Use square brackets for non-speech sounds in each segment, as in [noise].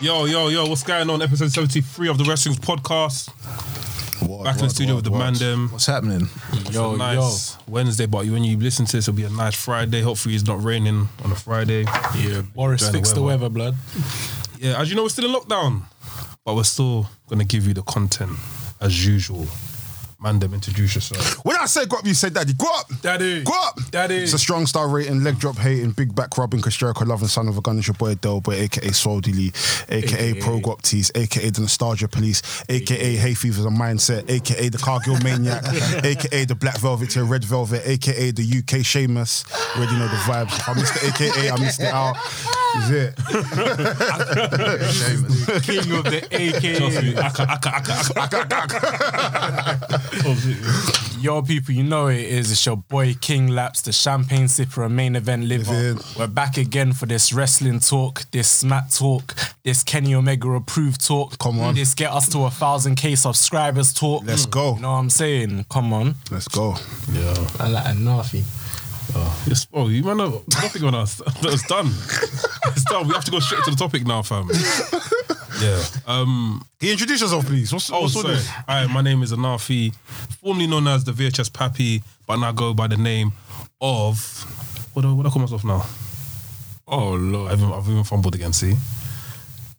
Yo, yo, yo, what's going on? Episode 73 of the Wrestling's podcast. What, Back in the studio with the Mandem. What's happening? Yo, nice Wednesday, but when you listen to this, it'll be a nice Friday. Hopefully, it's not raining on a Friday. Yeah. Boris fix the weather, blood. Yeah, as you know, we're still in lockdown, but we're still going to give you the content as usual. Mandem, introduce [laughs] yourself. When I say go up, you say daddy. Go up! Daddy. Go up! Daddy. It's a strong star rating, leg drop hating, big back rubbing, Kostreko loving, son of a gun. It's your boy Del Boy, aka Swaldy Lee, aka, Pro Gop Tees, aka the Nostalgia Police, aka Hay Fever's a Mindset, aka the Cargill [laughs] Maniac, aka the Black Velvet to Red Velvet, aka the UK Seamus. Already know the vibes. If I missed the aka, I missed it out. Is it? King of [laughs] the Trust AK. me, I can- I can- I can- I can- I can- Yo, people, you know it is. It's your boy King Laps, the champagne sipper and main event liver. Livid. We're back again for this wrestling talk, this smack talk, this Kenny Omega approved talk. Come on. This get us to a thousand K subscribers talk. Let's go. You know what I'm saying? Come on. Let's go. Yeah. I like Anafi. Yes, oh, you man, have nothing on [laughs] us. It's done. It's done. We have to go straight to the topic now, [laughs] fam. Yeah. He introduce yourself, please. What's, Oh, what's all sorry. this? Hi, my name is Anafi, formerly known as the VHS Pappy, but now go by the name of what do, what do I call myself now? Oh lord, I've even, I've even fumbled again. See,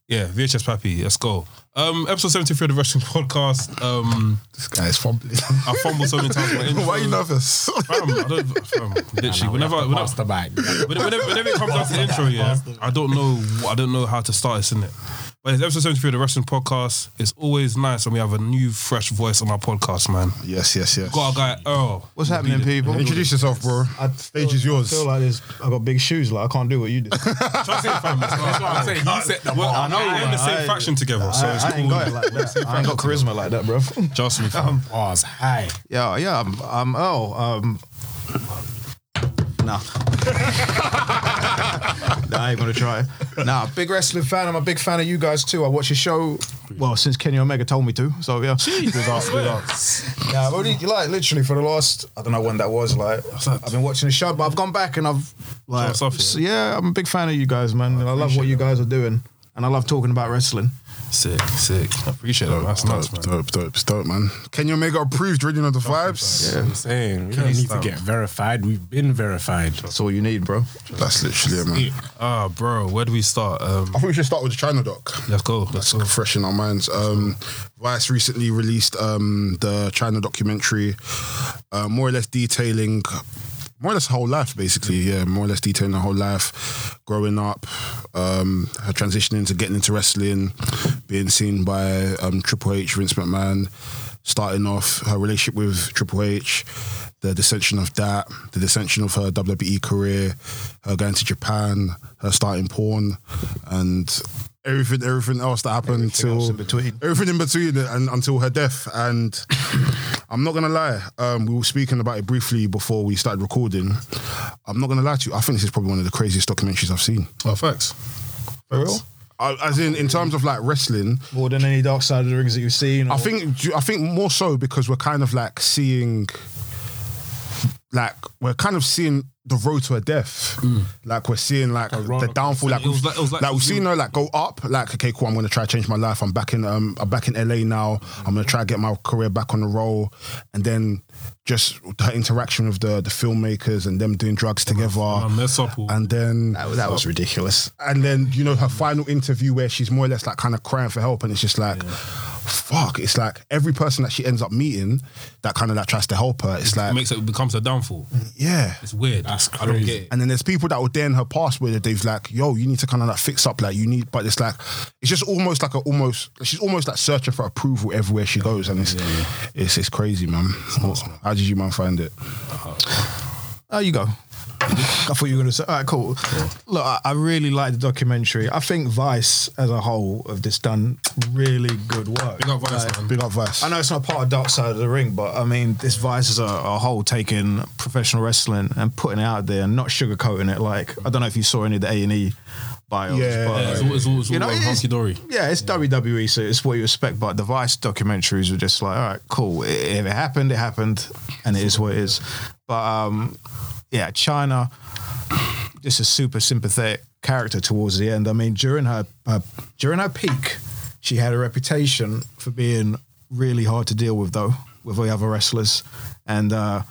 yeah, VHS Pappy. Let's go. Um, episode seventy three of the Wrestling Podcast. Um, This guy is fumbling. I fumbled so many times. with my intro. [laughs] Why are you nervous? Fam, I don't, fam, literally, whenever, Pass whenever, the bag. whenever, whenever, whenever it comes down to the intro, yeah, I don't know, wh- I don't know how to start this, innit? But it's episode 73 of the Wrestling Podcast. It's always nice when we have a new, fresh voice on our podcast, man. yes, yes, yes. Got our guy Earl. What's happening, people? Introduce yourself, bro. I Stage feel- is yours. I feel like this. I got big shoes. Like I can't do what [laughs] you do. Trust me, fam. That's what I'm saying. You set the bar. I know we're in the same I- faction together, so I, it's I ain't cool. got it like that. I ain't got charisma like that, bro. Trust me, fam. Bars high. yeah, yeah. I'm, I'm Earl. Um, nah. nah, I ain't gonna try. Nah, big wrestling fan. I'm a big fan of you guys too. I watch your show. Well, since Kenny Omega told me to, so yeah. Good up, good up. Yeah, I've only like literally for the last I don't know when that was. Like I've been watching the show, but I've gone back and I've like Just off it. so, yeah, I'm a big fan of you guys, man. And I love what you guys are doing, and I love talking about wrestling. Sick, sick. I appreciate that. That's nuts, Dope, man. dope, dope, it's dope, man. Kenny Omega approved, reading on the vibes. I'm saying we don't you need stop? to get verified. We've been verified. That's all you need, bro. That's literally it, man. Ah, bro, where do we start? Um, I think we should start with the China doc. let's go. Let's go. It's fresh in our minds. Um, Vice recently released um, the China documentary, uh, more or less detailing, more or less her whole life, basically. Yeah, more or less detailing her whole life, growing up, um, her transitioning to getting into wrestling, being seen by um, Triple H, Vince McMahon, starting off her relationship with Triple H, the dissension of that, the dissension of her WWE career, her going to Japan, her starting porn, and everything everything else that happened till else in between. everything in between and until her death. And I'm not gonna lie, um, we were speaking about it briefly before we started recording. I'm not gonna lie to you, I think this is probably one of the craziest documentaries I've seen. Oh, facts. For real? Uh, As in, in terms of like wrestling, More than any Dark Side of the Rings that you've seen. I or- think do you- I think more so because we're kind of like seeing like we're kind of seeing the road to her death. Like we're seeing like roller the downfall. Like, It was we've- like- it was like- like we've seen her like go up. Like okay, cool. I'm gonna try to change my life. I'm back in um I'm back in LA now. I'm gonna try to get my career back on the roll. And then just her interaction with the the filmmakers and them doing drugs together. man, they're supple. And then that, that was ridiculous. and then you know her final interview where she's more or less like kind of crying for help and it's just like fuck it's like every person that she ends up meeting that kind of like tries to help her it's like Makes it becomes a downfall. yeah It's weird. That's I don't crazy. get it. and then there's people that were there in her past where they've like yo you need to kind of like fix up like you need but it's like it's just almost like a almost she's almost like searching for approval everywhere she goes and it's it's it's crazy man how did you man find it Oh, you go. I thought you were going to say. All right, cool. Look, I, I really like the documentary. I think Vice as a whole have just done really good work. Big up Vice, Like, man. big up Vice I know it's not part of Dark Side of the Ring, but I mean, this Vice as a, a whole taking professional wrestling and putting it out there and not sugarcoating it. Like, I don't know if you saw any of the A and E bios, Yeah. but Yeah, it's all, it's all, it's all You know, like it is- hunky dory. yeah, it's WWE, so it's what you expect. But the Vice documentaries were just like, all right, cool. I- If it happened, it happened, and it is what it is. But um, yeah, China, this is super sympathetic character towards the end. I mean, during her, her during her peak, she had a reputation for being really hard to deal with, though, with the other wrestlers, and uh,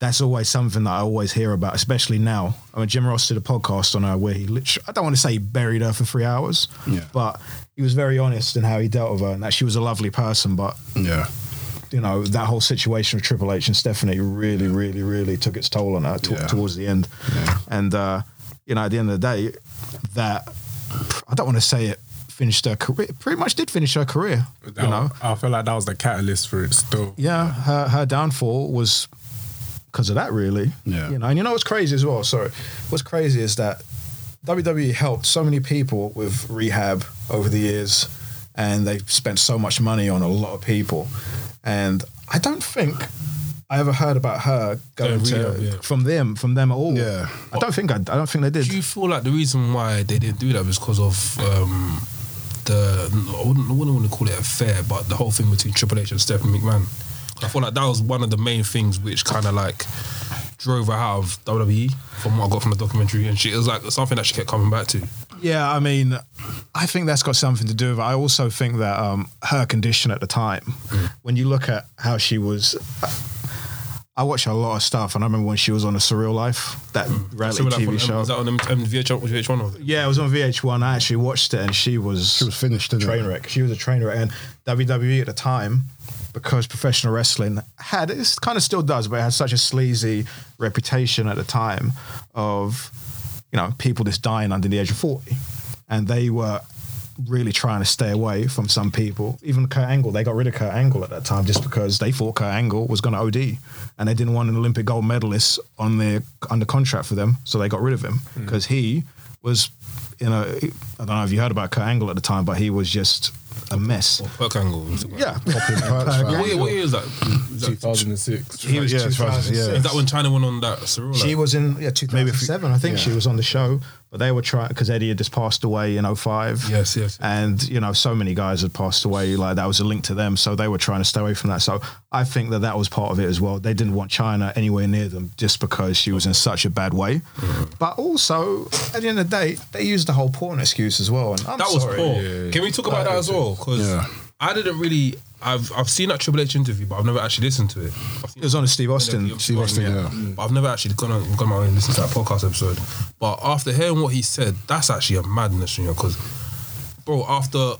that's always something that I always hear about, especially now. I mean, Jim Ross did a podcast on her where he literally, I don't want to say he buried her for three hours, Yeah. but he was very honest in how he dealt with her and that she was a lovely person, but Yeah. you know, that whole situation with Triple H and Stephanie really, really, really took its toll on her t- Yeah. towards the end. Yeah. And, uh, you know, at the end of the day, that, I don't want to say it finished her career, it pretty much did finish her career, That- you know? I feel like that was the catalyst for it still. yeah, her, her downfall was because of that, really. Yeah. You know, and you know what's crazy as well? Sorry. What's crazy is that WWE helped so many people with rehab over the years, and they've spent so much money on a lot of people. And I don't think I ever heard about her going Going to rehab, yeah. from them, from them at all. Yeah. I don't think I, I don't think they did. Do you feel like the reason why they didn't do that was because of um, the I wouldn't, I wouldn't want to call it affair, but the whole thing between Triple H and Stephanie McMahon? I feel like that was one of the main things which kind of like drove her out of WWE from what I got from the documentary, and she it was like something that she kept coming back to. Yeah, I mean, I think that's got something to do with it. I also think that um, her condition at the time, Mm. when you look at how she was. I watched a lot of stuff, and I remember when she was on a Surreal Life, that reality Something like TV from- show. Is that on them- Mm. um, VH1? VH1 of it? yeah, it was on VH1. I actually watched it, and she was She was finished, didn't train it? wreck. She was a train wreck, and WWE E at the time, because professional wrestling had it kind of still does, but it had such a sleazy reputation at the time of you know people just dying under the age of forty, and they were really trying to stay away from some people. Even Kurt Angle, they got rid of Kurt Angle at that time just because they thought Kurt Angle was going to OD, and they didn't want an Olympic gold medalist on their under contract for them, so they got rid of him because he was. You know, I don't know if you heard about Kurt Angle at the time, but he was just a mess. Or Perk Angle? or something like [laughs] Yeah. Popping perks, man. that. What, what year is that? Is that, 2006. He was Yeah, it's 2006. yeah. is that when China went on that Surreal? She Like, was in yeah 2007, I think yeah. she was on the show, but they were trying because Eddie had just passed away in 05. Yes, yes. And you know, so many guys had passed away. Like that was a link to them, so they were trying to stay away from that. So I think that that was part of it as well. They didn't want China anywhere near them just because she was in such a bad way. Mm-hmm. But also, at the end of the day, they used the whole porn excuse as well. And I'm that was sorry. poor. Can we talk about that as well? Because Yeah. I didn't really. I've I've seen that Triple H interview, but I've never actually listened to it. I've seen It was on a Steve Austin. Steve Austin, yeah. But I've never actually gone on, gone out and listened to that podcast episode. But after hearing what he said, that's actually a madness, you know, because, bro, after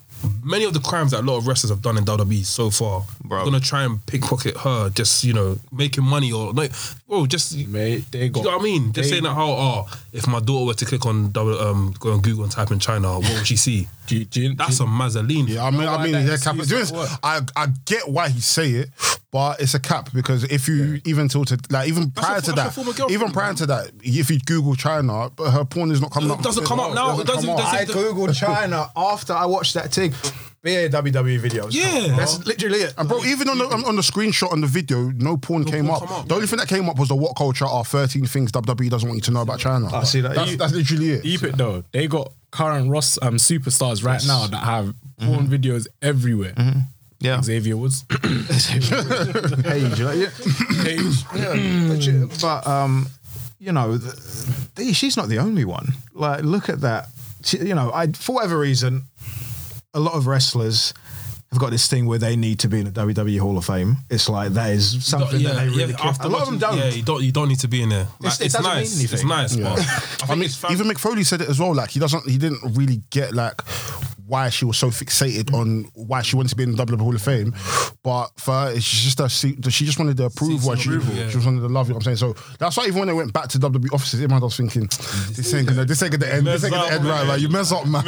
many of the crimes that a lot of wrestlers have done in WWE so far, Bro. I'm gonna try and pickpocket her, just you know, making money or like, bro, just Mate, do they got. you know what I mean? Just they- saying that how, oh, if my daughter were to click on double, um, go on Google and type in China, what would she see? Do you, do you, That's a Mazzolini. Yeah, I mean, I why mean, that yeah, excuse cap. doesn't Doing this, work. I I get why he say it, but it's a cap because if you even till to like even That's prior your- to that's your former that, girlfriend, even prior man. to that, if you Google China, but her porn is not coming It up. doesn't come up now. It doesn't- come up. doesn't- I googled China after I watched that thing. BA WWE videos. Yeah. that's literally it. And bro, even on the on, on the screenshot on the video, no porn came porn up. come up. The only thing that came up was the what culture are thirteen things WWE doesn't want you to know about China. I see that. That's, You- that's literally it. Deep it though. They got current Ross um, superstars right now that have porn videos everywhere. Yeah. Xavier Woods. [laughs] page. like, yeah. yeah, but, you- but, um, you know, th th- she's not the only one. Like, look at that. She, you know, I for whatever reason, a lot of wrestlers have got this thing where they need to be in the WWE Hall of Fame. It's like that is something that they really. care. A lot of watching- them don't. Yeah, you don't. You don't need to be in there. Like, It's- it's, it doesn't mean nice. anything. It's nice, [laughs] but I, I mean, mean, it's fam- even Mick Foley said it as well. Like he doesn't, he didn't really get like why she was so fixated on why she wanted to be in the WWE Hall of Fame. But for her, it's just that she, that she just wanted to approve Seeking what she, approval, yeah. she just wanted to love. You know what I'm saying? So that's why even when they went back to WWE offices, everyone was thinking, this ain't gonna, this ain't gonna end, this Mess ain't gonna up, end right. man. Like you mess up, man.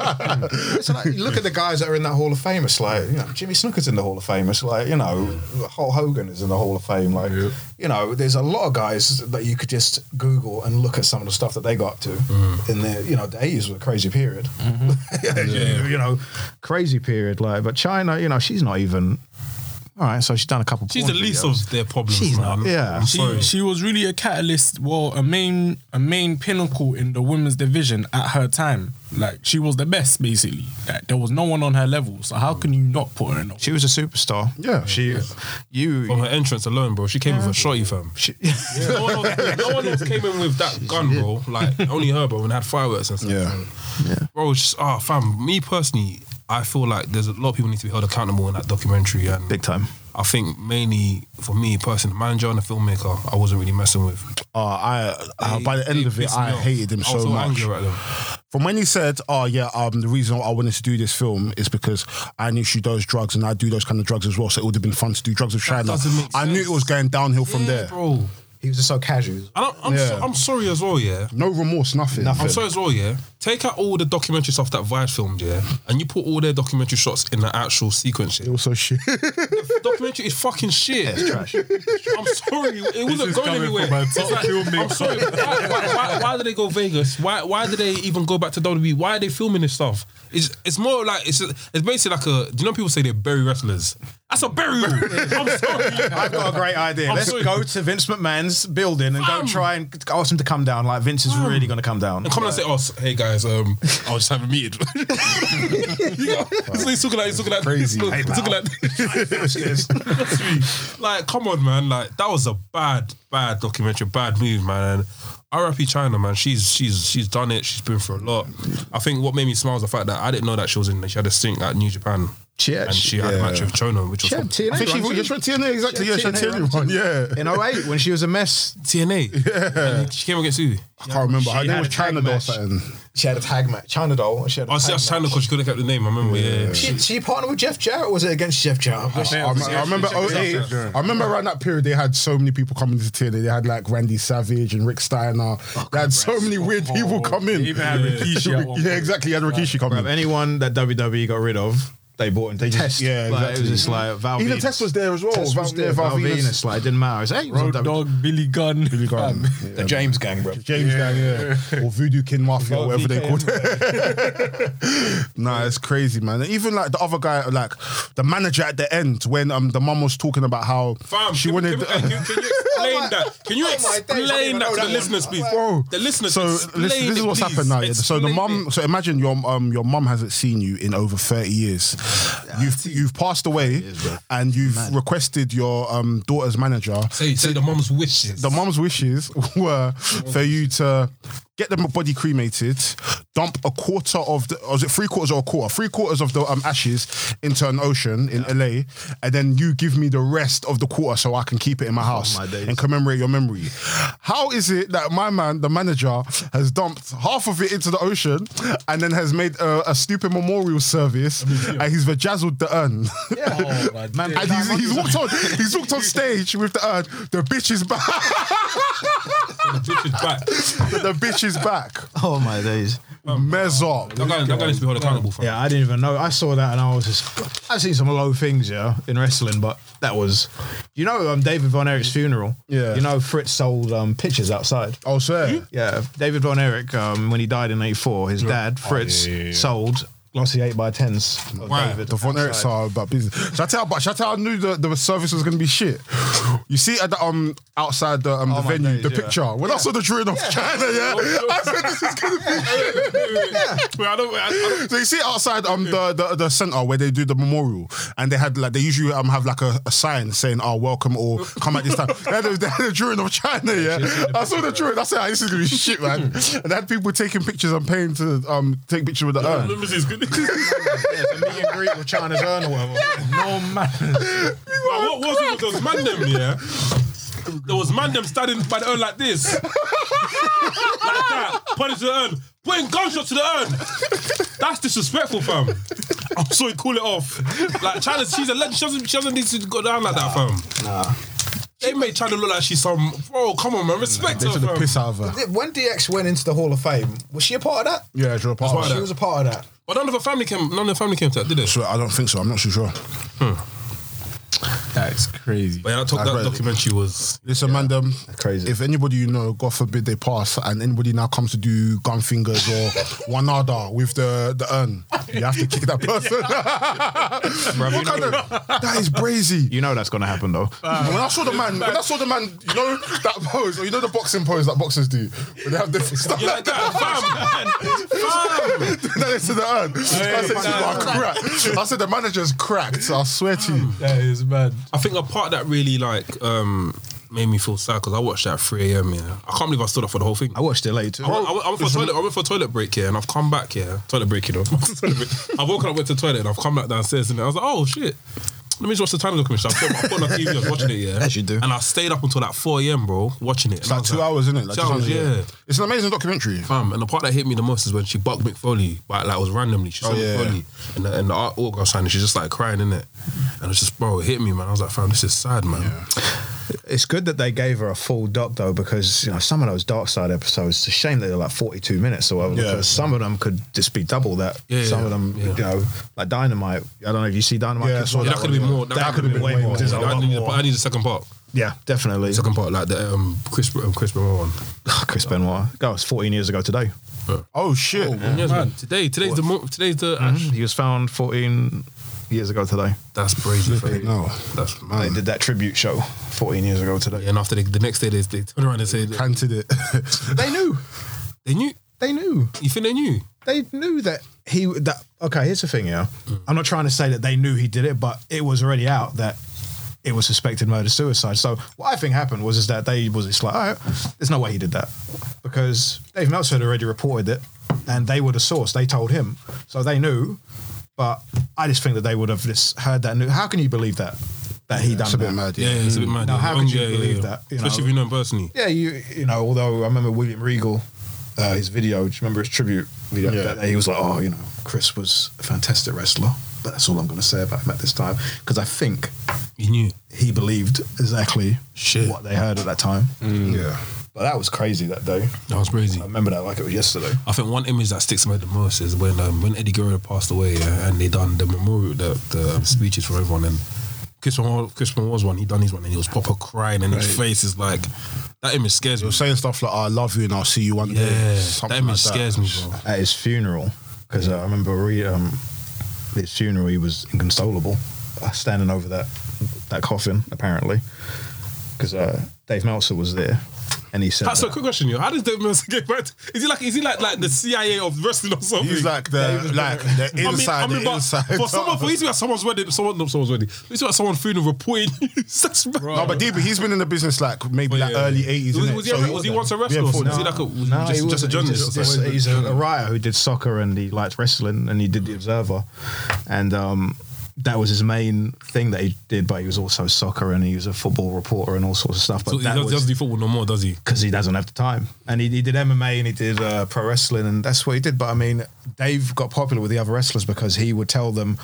It's like, you look at the guys that are in that Hall of Fame. It's like you know, Jimmy Snooker's in the Hall of Fame. It's like you know, Hulk Hogan is in the Hall of Fame. Like you know, there's a lot of guys that you could just Google and look at some of the stuff that they got up to in the you know the eighties was a crazy period. Mm-hmm. [laughs] you know, crazy period. Like, but China, you know, she's not even All right, so she's done a couple. She's the porn least videos. of their problems, She's man. not- yeah. I'm [clears throat] She, sorry. she was really a catalyst, well, a main a main pinnacle in the women's division at her time. Like she was the best, basically. Like, there was no one on her level. So how can you not put her in? She was a superstar. Yeah. she, you, From her entrance alone, bro. She came with a shorty, fam. she, [laughs] No one else- no one else came in with that gun, bro. Like only her, bro, and had fireworks and stuff. Yeah. yeah. Bro, it's just ah, fam. Me personally, I feel like there's a lot of people need to be held accountable in that documentary, and big time. I think mainly for me, person, the manager and the filmmaker, I wasn't really messing with. Oh, I uh, They- by the end they of it, pissed I me off. hated him I so was much. Angry at them. From when he said, "Oh yeah, um, the reason I wanted to do this film is because I knew she does drugs and I do those kind of drugs as well, so it would have been fun to do drugs with China." doesn't make I knew sense. it was going downhill from Yeah, there. bro. And He was just so casual. I'm, I'm, Yeah. so- I'm sorry as well, yeah. No remorse, nothing. I'm sorry as well, yeah. Take out all the documentary stuff that Vice filmed, yeah, and you put all their documentary shots in the actual sequence. It Yeah. was so [laughs] shit. The documentary is fucking shit. Trash. I'm sorry, it wasn't is going coming anywhere. from a It's top like, filmmaker. I'm sorry. Why, why, why, why did they go Vegas? Why why did they even go back to WWE? Why are they filming this stuff? It's it's more like it's it's basically like a. Do you know people say they bury wrestlers? That's a burial. I'm sorry. I've got a great idea. I'm Let's sorry. go to Vince McMahon's building and Fam. go try and ask him to come down. Like Vince is really going to come down. And come and say, oh, hey guys, um, I was just having a meeting. [laughs] you know, so he's talking like he's talking like Crazy. He's talking, Hey, like, [laughs] Trust me. like, [laughs] come on, man. Like that was a bad, bad documentary, bad move, man. And R.I.P. China, man. She's she's she's done it. She's been through a lot. I think what made me smile was the fact that I didn't know that she was in. She had a stink at New Japan. She had- and she had a yeah. match with Chono, which was She had from TNA. I think she, runs she went TNA exactly. She yeah, had she had TNA TNA run. Yeah, in 08 when she was a mess. TNA. And she came [laughs] against who? I can't remember. Her She name had was a tag China or match. something. She had a tag match. China doll. and She had a Oh, see, tag that's China match. because she couldn't have kept the name. I remember. Yeah. yeah. She, she partnered with Jeff Jarrett, or was it against Jeff Jarrett? I, rem- I remember Yeah, yeah, 08. yeah. I remember around that period they had so many people coming to TNA. They had like Randy Savage and Rick Steiner. they had so many weird people come in. They even had Rikishi at one yeah, point. exactly. They had Rikishi come in. Anyone that WWE got rid of, they bought and they just Yeah, like, exactly. It was just like Val Even Venus. Test was there as well. Test was Val- there. yeah, Val Val Venus. Venus, like it didn't matter. It's, hey, it was on E. Road WWE. Dog, Billy Gunn. Um, Billy Graham. [laughs] The James gang, bro. James Gang, yeah. Or Voodoo King Mafia, or Voodoo whatever they King, called it. [laughs] nah, it's crazy, man. And even like the other guy, like the manager at the end, when um the mum was talking about how Fam, she can, wanted. Can, can, can you explain my- that? Can you oh my days, I didn't explain even that know to that the one. listeners, please? Bro, the listeners. So explain this, this it, is what's please. happened now. Yeah. So the Explain mum. it. So imagine your um your mum hasn't seen you in over thirty years. You've you've passed away, and you've requested your um daughter's manager. Say, say the mum's wishes. The mum's wishes were for you to get the body cremated, dump a quarter of the, or was it three quarters or a quarter? Three quarters of the um, ashes into an ocean in LA, and then you give me the rest of the quarter so I can keep it in my house Oh, my days. and commemorate your memory. How is it that my man, the manager, has dumped half of it into the ocean and then has made a, a stupid memorial [laughs] service and he's vajazzled the urn? [laughs] Oh, my Man, days. And he's, he's walked on. He's walked on stage with the urn. The bitch is back. [laughs] The bitch is back. the bitch is back. [laughs] Oh my days. Mess up. That guy, that guy needs to be held accountable for. Yeah, I didn't even know. I saw that and I was just. I've seen some low things, yeah, in wrestling, but that was. You know, um, David Von Erich's funeral. Yeah. You know, Fritz sold um, pictures outside. Oh, sir. Yeah, David Von Erich, um, when he died in 84, his dad, Fritz, sold glossy 8x10s of Wow. David. The Von Erichs outside. are about business. Should I tell you about- should I tell you I knew the, the service was gonna be shit? You see at the um outside the um Oh, the my venue, days, the yeah. picture. When I saw the drawing of China, yeah, I said this is gonna be shit. Wait, I don't. Wait, I, I don't So you see outside um the, the the center where they do the memorial, and they had like they usually um have like a, a sign saying "Oh welcome" or "Come at this time." they, had a, they had a drawing of China, yeah. I saw the drawing. I said, "Ah, "This is gonna be shit, man." and they had people taking pictures and paying to um take pictures with the urn. Numbers is good. Yeah, it's a meet and greet with China's urn or [laughs] whatever. No man. Like, what was it? There was mandem, yeah. There was mandem standing by the urn like this, [laughs] like that, pointing to the urn, putting gunshots to the urn. That's disrespectful, fam. I'm sorry, call it off. Like China, she's a legend. She doesn't, she doesn't need to go down like that, fam. Nah. They made China look like she's some. Bro, come on, man, respect They her, took the fam. piss out of her. When DX went into the Hall of Fame, was she a part of that? Yeah, drop That's out. of why She her. was a part of that. But none of her family came. None of her family came to that, did they? So I don't think so. I'm not too sure. That is crazy. But yeah, that, talk, I've that read it. documentary was Listen, man, them, Crazy. if anybody you know, God forbid they pass, and anybody now comes to do gun fingers [laughs] or one other with the, the urn, you have to kick that person. [laughs] what kind of, that is brazy. You know that's gonna happen though. when I saw the man, when I saw the man, you know that pose, or you know the boxing pose that boxers do, when they have different stuff Yeah, like that. [laughs] that is to the urn. I said, "You are cracked." I said, the manager's cracked. I swear to you. That is mad. I think a part that really like um, made me feel sad because I watched that at 3 a.m. Yeah, I can't believe I stood up for the whole thing. I watched it later. I went, I, went, I went for toilet. I went for a toilet break here, and I've come back here. Toilet break, you know. [laughs] Toilet break. I've woken up, went to the toilet, and I've come back downstairs, and I was like, "Oh shit." Let me just watch the time documentary. I put, I put on the TV, I was watching it, yeah. As you do. And I stayed up until like 4 a.m., bro, watching it. It's like two hours, isn't it? Like two just hours, under- yeah. It's an amazing documentary. Fam, and the part that hit me the most is when she bucked McFoley, but like it was randomly. She saw Oh, yeah. McFoley and the, and the art autograph signing. She's just like crying in it, and it's just bro, it hit me, man. I was like, fam, this is sad, man. It's good that they gave her a full doc though, because you know some of those Dark Side episodes. It's a shame that they're like forty-two minutes or whatever. Yeah. Because some of them could just be double that. Yeah, some yeah, of them, yeah. you know, like Dynamite. I don't know if you see Dynamite. Yeah, Kids I saw or Yeah, not. that could have been more. That could have been way more. There's a I lot need, the- more. I need the second part. Yeah, definitely. Second part, like the um, Chris um, Chris Benoit one. Chris Benoit. That was fourteen years ago today. Oh shit! Yes, man. Today, today's the mo- today's the. Ash. He was found fourteen years ago today. That's crazy. fam. No, That's mad. They did that tribute show fourteen years ago today. And after the, the next day, they, they turned around and said canted it. [laughs] They knew. they knew. They knew. You think they knew? they knew that he that okay here's the thing yeah i'm not trying to say that they knew he did it but it was already out that it was suspected murder suicide so what i think happened was is that they was it's like all right there's no way he did that because dave meltzer had already reported it and they were the source they told him so they knew but i just think that they would have just heard that new how can you believe that that he done That's a bit that? mad. Yeah, Yeah. it's a bit mad. Mm. Now, yeah. how could you Yeah, yeah, believe yeah. that, you Especially know? if you know him personally. Yeah, you you know, although I remember William Regal, uh, his video, do you remember his tribute video? Yeah. That day he was like, oh, you know, Chris was a fantastic wrestler, but that's all I'm going to say about him at this time because I think He knew. he believed exactly Shit. Mm. what they heard at that time. yeah. But that was crazy that day. That was crazy. I remember that like it was yesterday. I think one image that sticks in my head the most is when um, when Eddie Guerrero passed away yeah, and they done the memorial, the, the um, speeches for everyone, and Chris Benoit, Chris Benoit's one, he done his one, and he was proper crying, and his face is like that image scares me. You're saying stuff like "I love you" and "I'll see you one Yeah, day." that Something image like scares me, bro. At his funeral, because I remember re, um, his funeral, he was inconsolable, uh, standing over that that coffin apparently, because uh, Dave Meltzer was there, and he said That's that- a quick question, yo. How does Dave Meltzer [laughs] get back? To, is he like is he like like the CIA of wrestling or something? He's like the like [laughs] the inside, the but inside. for someone for you to be at someone's wedding, someone not someone's wedding, for you to be at someone's funeral reporting, [laughs] that's no, but DB, he's been in the business like maybe Yeah, like Oh, yeah, early yeah. eighties. Was, was, he, was he once a wrestler? or was he like a, was he just, just a wasn't. He journalist? just- or something? just- he's a, a writer who did soccer and he liked wrestling and he did the Observer, and um, that was his main thing that he did. But he was also soccer and he was a football reporter and all sorts of stuff. But So he that does, was, doesn't do football no more, does he? because he doesn't have the time. And he, he did MMA and he did uh, pro wrestling, and that's what he did. But I mean, Dave got popular with the other wrestlers because he would tell them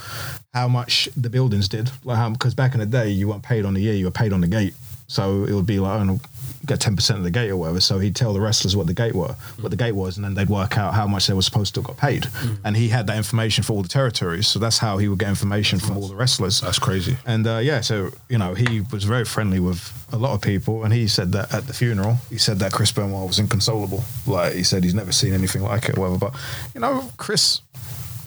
how much the buildings did. Like how because back in the day, you weren't paid on the year; you were paid on the gate. So it would be like, oh, no, get ten percent of the gate or whatever. So he'd tell the wrestlers what the gate were, what the gate was, and then they'd work out how much they were supposed to have got paid. Mm. And he had that information for all the territories. So that's how he would get information from all the wrestlers. That's crazy. And uh, yeah, so you know he was very friendly with a lot of people, and he said that at the funeral, he said that Chris Benoit was inconsolable. Like he said, he's never seen anything like it, or whatever. But you know, Chris,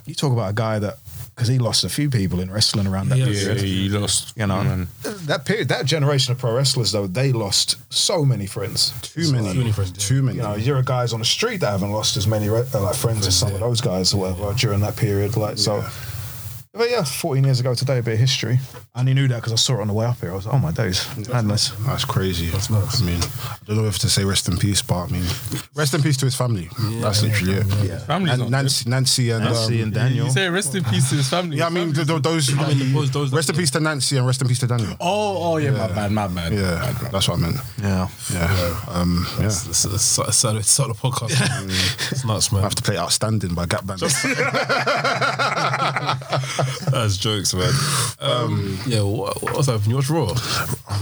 you talk about a guy that because he lost a few people in wrestling around that Yeah, period. he lost. You know, that period, that generation of pro wrestlers though, they lost so many friends. Too many. Too many friends, yeah. Too many. You know, you're a guys on the street that haven't lost as many re- uh, like friends as some of those guys or whatever during that period. Like so. But yeah, 14 years ago today, a bit of history. I only knew that because I saw it on the way up here. I was like, oh my days, madness. That's crazy. That's nuts. I mean, I don't know if to say rest in peace, but I mean, rest in peace to his family. That's literally it. Yeah. Family's And not Nancy, Nancy, and Nancy um, and Daniel. You say rest in peace to his family. yeah, I mean, th- th- those. I mean, those- those- rest in peace to Nancy and rest in peace to Daniel. Oh, oh yeah, my bad, my bad. Yeah, that's what I meant. Yeah. Yeah, um, yeah. It's, it's, it's, it's, a- it's a podcast. [laughs] it's nuts, I man. have [laughs] to play "Outstanding" by Gap [laughs] Band. Um, That's jokes, man. Um, yeah, what, what was that? You watch Raw?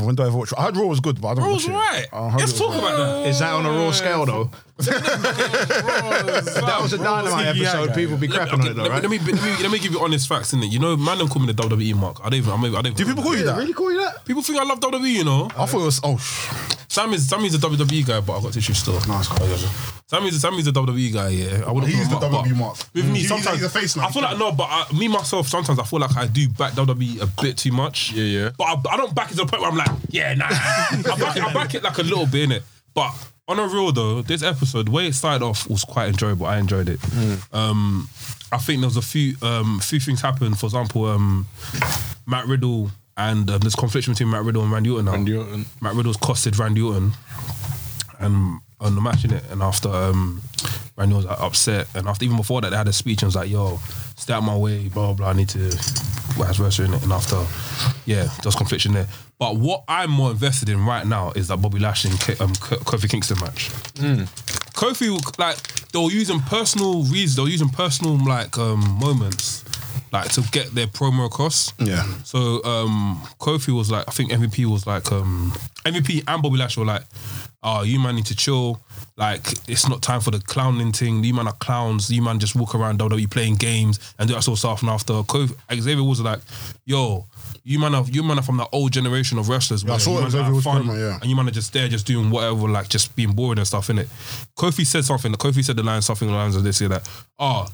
When do I ever watch? I heard Raw was good, but I don't. Bro, watch was right. It. I heard Let's it was talk right. about that. Is that on a raw scale though? [laughs] That [laughs] [laughs] was a dynamite episode. People be Let me- crapping on okay, it though, let me- Let right? me, let me let me give you honest facts in it. You know, man, don't call me the WWE mark. I don't even. I'm, I don't. Do people call you that? call you that? People think I love WWE. You know, I thought it was. Oh, sh- Sam is Sammy's a WWE guy, but I got tissue still. No, it's cool. Okay. Sammy's Sammy's a WWE guy. Yeah, I would. He's the WWE but mark. With me, He's- he's sometimes the face now. I feel like no, but I, me myself, sometimes I feel like I do back WWE a bit too much. Yeah, yeah. But I, I don't back it to the point where I'm like, yeah, [laughs] nah. I, back it, I back it like a little bit in it, but. On a real though, this episode, the way it started off was quite enjoyable. I enjoyed it. Um, I think there was a few um, few things happened. For example, um, Matt Riddle and um, there's confliction between Matt Riddle and Randy Orton now. Randy Orton. Matt Riddle's costed Randy Orton and on the match in it. And after um, Randy was like, upset, and after even before that, they had a speech and was like, "Yo, stay out my way, blah blah. I need to vice versa in it." And after, yeah, there's confliction there. But what I'm more invested in right now is that Bobby Lashley and K- um, K- Kofi Kingston match. Kofi, like, they were using personal reasons, they were using personal like um, moments, like to get their promo across. Yeah. So um, Kofi was like, I think MVP was like, um, MVP and Bobby Lashley were like, oh, you man need to chill. Like, it's not time for the clowning thing. You man are clowns. You man just walk around WWE playing games and do that sort of stuff. And after Kofi, Xavier was like, yo, you man are you man are from that old generation of wrestlers. where I saw you it, man Xavier have was fun promo, yeah. And you man are just there, just doing whatever, like just being boring and stuff, innit? Kofi said something. Kofi said the line, something along the lines of this, here that, oh,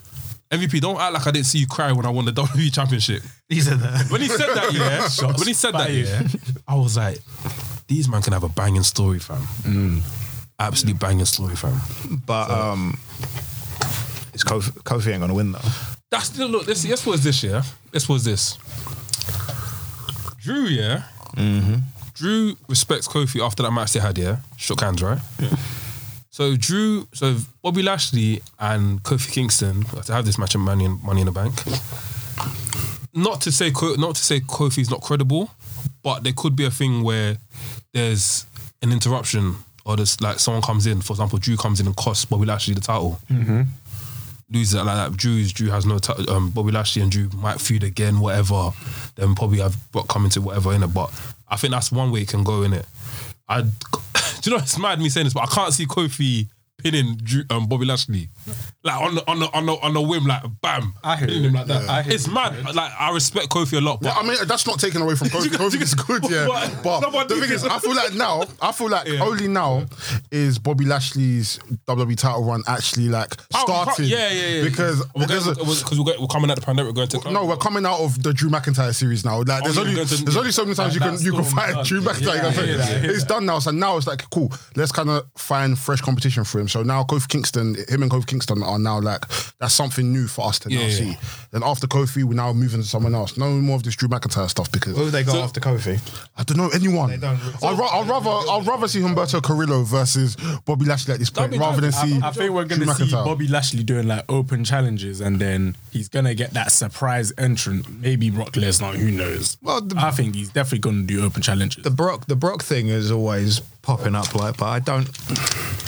MVP, don't act like I didn't see you cry when I won the [laughs] WWE Championship He said that. when he said that, [laughs] yeah. when he said that, yeah, I was like, these man can have a banging story, fam. Mm. Absolutely banging story, fam. But um, it's Kofi, Kofi ain't gonna win though. That's the look. This, this was this, yeah. This was this. Drew, yeah. Drew respects Kofi after that match they had, yeah. Shook hands, right? So Drew, so Bobby Lashley and Kofi Kingston to have this match in Money in, Money in the Bank. Not to say Ko- not to say Kofi's not credible, but there could be a thing where there's an interruption or there's like someone comes in. For example, Drew comes in and costs Bobby Lashley the title. Mm-hmm. Loses it like that. Drew's Drew has no ti- um, Bobby Lashley and Drew might feud again, whatever. Then probably have Brock come into whatever in it. But I think that's one way it can go in it. I [laughs] do you know it's mad me saying this, but I can't see Kofi pinning Drew, um, Bobby Lashley like on the, on the, on the, on a whim, like bam, I hear pinning you. him like that. Yeah. I hear it's you. mad. Like I respect Kofi a lot, but Well, I mean, that's not taken away from Kofi. You guys- you [laughs] Kofi's guys- good, yeah. What? But No, but the you thing is, guys- I feel like now, I feel like Yeah. only now is Bobby Lashley's WWE title run actually like Oh, we can't- starting. yeah, yeah, yeah. Because we're there's a- because we're, we're coming out the pandemic, we're going to no, we're coming out of the Drew McIntyre series now. Like, there's Oh, only you're going to- there's only so many Like, times you can that's you can all fight done. Drew Yeah, McIntyre. yeah, you can yeah, fight- yeah, it's done now. So now it's like cool. Let's kind of find fresh competition for him. So now Kofi Kingston, him and Kofi Kingston are now like that's something new for us to now Yeah, yeah. see. Then after Kofi, we're now moving to someone else. No more of this Drew McIntyre stuff because Who have they got after Kofi? I don't know anyone. don't- I'd, ra- I'd rather I'd rather see Humberto Carrillo versus Bobby Lashley at this point That'd be rather than dope. see. I think we're Drew gonna see McIntyre. Bobby Lashley doing like open challenges, and then he's gonna get that surprise entrant. Maybe Brock Lesnar, who knows? Well, the- I think he's definitely gonna do open challenges. The Brock, the Brock thing is always popping up, like, but I don't,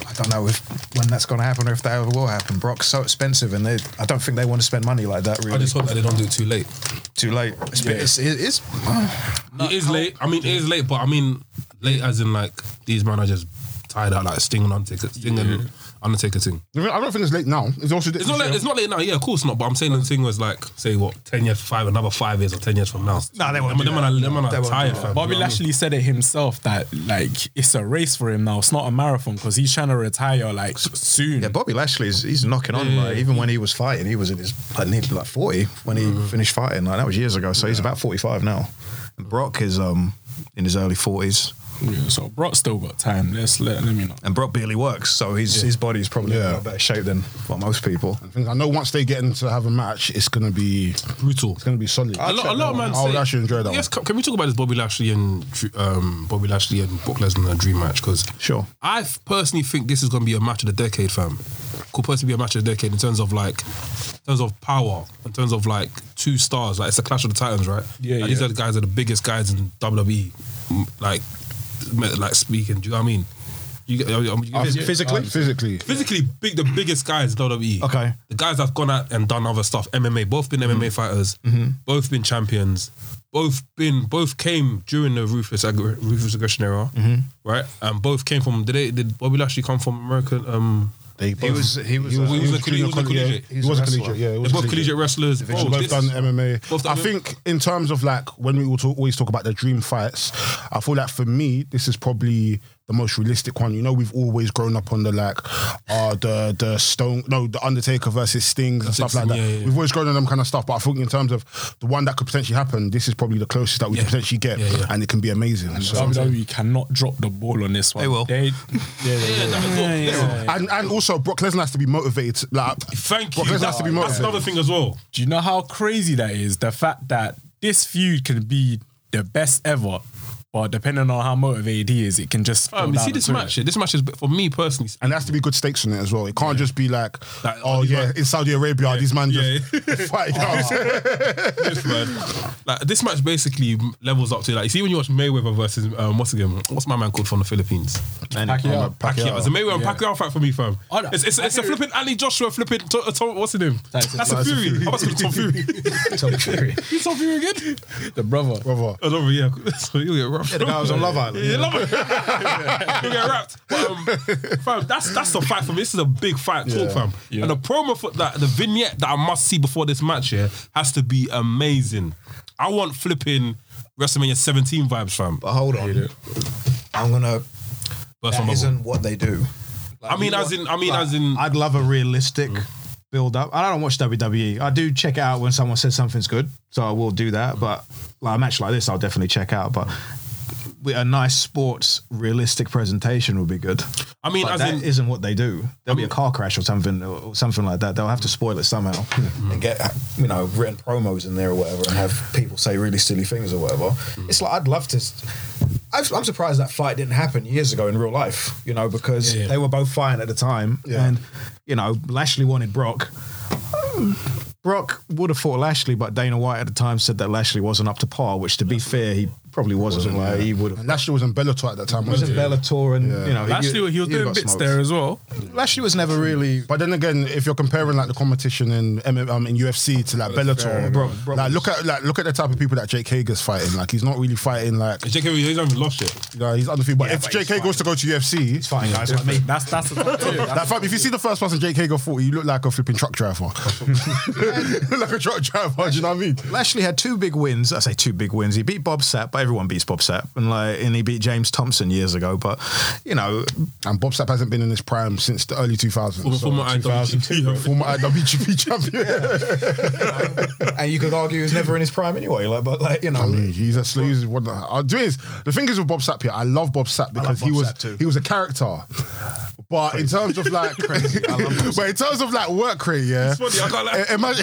I don't know if when that's gonna happen or if that ever will happen. Brock's so expensive, and they, I don't think they want to spend money like that. I Really, just hope that they don't do it too late. too late. It's, it's, it's, [sighs] it is late. I mean, it is late, but I mean, late as in like these man are just tied out like Sting and Undertaker, Sting and Undertaker thing. I don't think it's late now. It's also It's not late. It's not late now. Yeah, of course not. But I'm saying the thing was like, say what, ten years, five, another five years or ten years from now. Nah, they won't Them, do man that. are- them man They are won't do tired, that. fam. Bobby You know what I mean? Lashley said it himself that like it's a race for him now. It's not a marathon because he's trying to retire like soon. Yeah, Bobby Lashley is he's knocking Mm. on. like, even when he was fighting, he was in his like, nearly like forty when he Mm. finished fighting. Like that was years ago. So he's about forty five now. And Brock is um in his early forties, Yeah, so Brock still got time. Let's let, let me know. and Brock barely works. So his his body's probably in a lot better shape than what most people. I know once they get into have a match, it's gonna be brutal. it's gonna be solid. A lot, a lot of man. I would say- actually enjoy that Yes, can can we talk about this Bobby Lashley and Dr- um, Bobby Lashley and Brock Lesnar dream match? Because Sure. I f- personally think this is going to be a match of the decade, fam. Could personally be a match of the decade in terms of like, in terms of power, in terms of like two stars. Like it's a clash of the titans, right? Yeah, Like, These yeah. are the guys that are the biggest guys in WWE. m- Like, me- like speaking. Do you know what I mean? You, get- you, you, one. physically, physically, physically. physically, big the biggest guys in WWE. Okay. the guys that've gone out and done other stuff, MMA. Both been MMA fighters. Both been champions. both been both came during the ruthless Ag- ruthless aggression era, right? And both came from did they did Bobby Lashley come from American? Um, They He both- was he was, he was, uh, he was, a, colli- he was a colli- yeah, collegiate. He was a wrestler. collegiate, yeah. he was They're both a collegiate wrestlers. They've Bro, both Oh, this- done MMA. both done I think in terms of like when we all talk, always talk about the dream fights, I feel like for me this is probably the most realistic one. You know, we've always grown up on the like, uh, the the Stone, no, the Undertaker versus Sting and stuff like that. yeah, yeah, yeah. We've always grown on them kind of stuff, but I think in terms of the one that could potentially happen, this is probably the closest that we Yeah. could potentially get, Yeah, yeah. and it can be amazing. So. WWE cannot drop the ball on this one. They will. [laughs] They, yeah, yeah, yeah, yeah. And, and also Brock Lesnar has to be motivated. to- Like, Thank you. Brock Lesnar has to be That's motivated. another thing as well. Do you know how crazy that is? The fact that this feud can be the best ever, but depending on how motivated he is, it can just. go Um, you down see the this toilet. match. yeah, This match is for me personally. And there has to be good stakes in it as well. It can't just be like, Like, oh these yeah, man- in Saudi Arabia, these man just Yeah, [laughs] fight. You know what I'm saying? this man. Like this match basically levels up to like you see when you watch Mayweather versus um, what's again what's my man called from the Philippines Pacquiao. Pacquiao. It's a Mayweather and Pacquiao fight for me, fam. Oh, no. It's, it's, it's a flipping Ali Joshua flipping to, to, what's his name? Tyson That's a Fury. I must be Tom [laughs] [laughs] Fury. [laughs] Tom Fury. He's Tom Fury again. The brother. Brother. I don't know, yeah. [laughs] So you'll get wrapped. Yeah, the [laughs] guy was on Love Island. Yeah, Love [laughs] Island. you'll get wrapped. But, um, fam, that's that's the fight for me. This is a big fight talk, fam. Yeah. And the promo for that, the vignette that I must see before this match here has to be amazing. I want flipping WrestleMania 17 vibes, fam. But hold on, I'm gonna. First one, That bubble. isn't what they do. Like, I mean, you as want- in, I mean, like, as in, Mm. I'd love a realistic build up. I don't watch WWE. I do check it out when someone says something's good, so I will do that. But like a match like this, I'll definitely check out. But with a nice sports realistic presentation would be good. I mean, But as that in- isn't what they do. There'll be a car crash or something, or or something like that. They'll have to spoil it somehow. and get you know written promos in there or whatever, and have people say really silly things or whatever. It's like I'd love to. s- I've, I'm surprised that fight didn't happen years ago in real life, you know, because Yeah, yeah. they they were. were both fighting at the time, Yeah. and you know Lashley wanted Brock. Brock would have fought Lashley, but Dana White at the time said that Lashley wasn't up to par. Which, to be fair, he probably wasn't. like he would have. And Lashley was in Bellator at that time. He was wasn't in Bellator, and you know Lashley, he was you doing got bits smoked. there as well. Lashley was never really. But then again, if you're comparing like the competition in MM um, in UFC to like Bellator, Bro- bro- like look at like look at the type of people that Jake Hager's fighting. Like he's not really fighting like Jake Henry, he's not even lost yet. you know, he's undefeated. But Yeah, if but Jake he's Hager was to go to UFC, Fighting guys like me. That's that's the [laughs] top tier. that fam, if you see the first person Jake Hager fought, you look like a flipping truck driver. [laughs] [laughs] you look like a truck driver. Do you know what I mean? Lashley had two big wins. I say two big wins. He beat Bob Sapp, but everyone beats Bob Sapp, and like, and he beat James Thompson years ago. But you know, [laughs] And Bob Sapp hasn't been in his prime since the early 2000s. Former- former IWGP, bro. former [laughs] IWGP champion. and you could argue he was never in his prime anyway. Like, but like you know, I mean, he's a slow. He's one. uh, I'll do this. The thing is with Bob Sapp here, I love Bob Sapp because Bob he was Sapp too. he was a character. But in terms of [laughs] like, [laughs] but in terms of like work rate, yeah. funny, I can't lie. Eh, Imagine.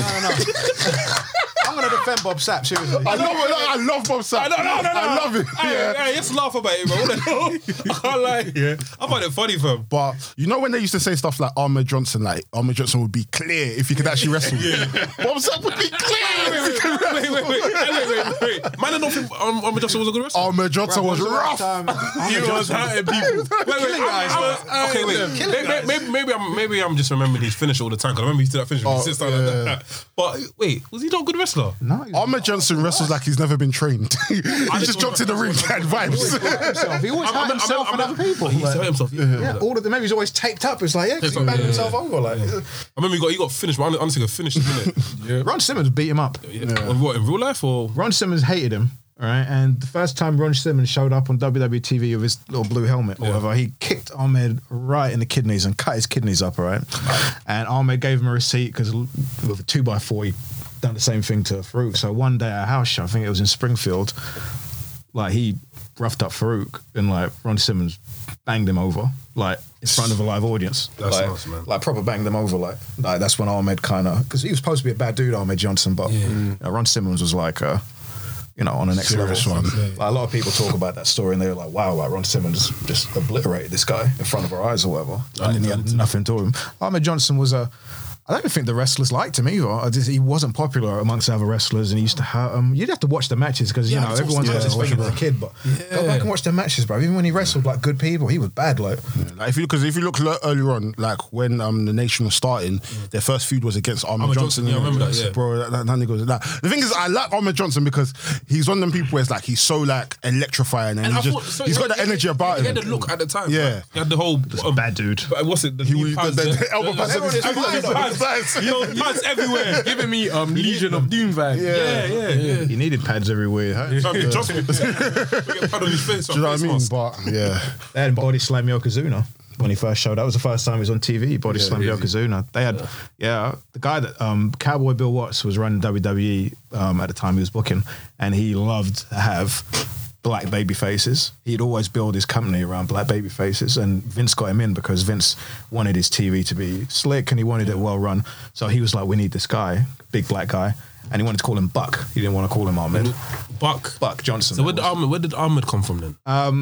I'm going to defend Bob Sapp seriously. [laughs] I love, I love Bob Sapp. I, no, no, no, no. I love it. Hey, yeah. hey, just laugh about it, bro. What the [laughs] hell? I can't lie. Yeah. I find it funny, fam. But you know when they used to say stuff like Armour Johnson, like Armour Johnson would be clear if [laughs] he could actually wrestle. Bob Sapp would be Wait, clear. [laughs] wait, wait, wait, wait, wait, wait, wait, wait, wait. Man, I don't think um, Armin Johnson was a good wrestler. Armour Johnson was rough. um, [laughs] he was hurting people. Wait, wait, Killing I'm- guys, I'm- okay, wait. Maybe, maybe, maybe I'm maybe I'm just remembering his finish all the time. Cause I remember he did that finish. when he Oh, sits down yeah. like that. [laughs] But wait, was he not a good wrestler? No, he Armour Johnson wrestles like he's never been trained. [laughs] he just jumped in the ring and vibes. himself. He always I'm- I'm- hurt himself I'm- and I'm- other people. He used to hurt Like, himself. Yeah. yeah, all of them. Maybe he's always taped up. It's like yeah, 'cause Yeah, he banged yeah, himself over. Like, I remember he got he got finished. But honestly, got finished. Didn't it? [laughs] Ron Simmons beat him up. Yeah. What in real life or? Ron Simmons hated him. All right, and the first time Ron Simmons showed up on WWE TV with his little blue helmet or whatever, he kicked Ahmed right in the kidneys and cut his kidneys up. All right, and Ahmed gave him a receipt because with a two by four, he done the same thing to Farouk. So one day at a house show, I think it was in Springfield, like he roughed up Farouk and like Ron Simmons banged him over like in front of a live audience. That's like, nice, man. like proper banged them over. Like, like that's when Ahmed kind of because he was supposed to be a bad dude, Ahmed Johnson, but Uh, Ron Simmons was like, uh, you know, on the next serious level. one. Like, a lot of people talk about that story and they're like, wow, like Ron Simmons just obliterated this guy in front of our eyes or whatever. and he had nothing to him. Ahmed Johnson was a. I don't even think the wrestlers liked him either. I just, he wasn't popular amongst other wrestlers, and he used to hurt them. You'd have to watch the matches because Yeah, you I know was everyone's watching- got yeah, his I was thing as a watching kid, but Go back and watch the matches, bro. Even when he wrestled like good people, he was bad. Like Like if you because if you look lo- earlier on, like when um the nation was starting, their first feud was against Armin Ahmed Mm. Johnson, Johnson. yeah, I remember that, Like, yeah. Bro, that, that, that nigga was like. The thing is, I like Armin Johnson because he's one of them people where it's like he's so like electrifying and, I he just thought- so he's he- got that he- energy about He him. had the look at the time. Yeah. right? he had the whole um, bad dude. But what's it? The, He knee was- pads, the- the- yeah? the [laughs] elbow pads. Everyone is- Everyone everyone is- is pads. pads. Yo, pads [laughs] everywhere. Giving me um, Legion of Doom vibe. Yeah, yeah, yeah. He needed pads everywhere. So, [laughs] Johnson would get pad on his face. Do you know what I mean? But yeah, They had body slam Yokozuna when he first showed. That was the first time he was on TV. He Body slam Yokozuna. They had, yeah. the guy that um, Cowboy Bill Watts was running WWE um, at the time he was booking, and he loved to have black baby faces. He'd always build his company around black baby faces, and Vince got him in because Vince wanted his TV to be slick and he wanted it well run. So he was like, "We need this guy, big black guy." And he wanted to call him Buck. He didn't want to call him Ahmed. Buck. Buck Johnson. Mm-hmm. So oh, that where did was. Ahmed, where did Ahmed come from then? Uh,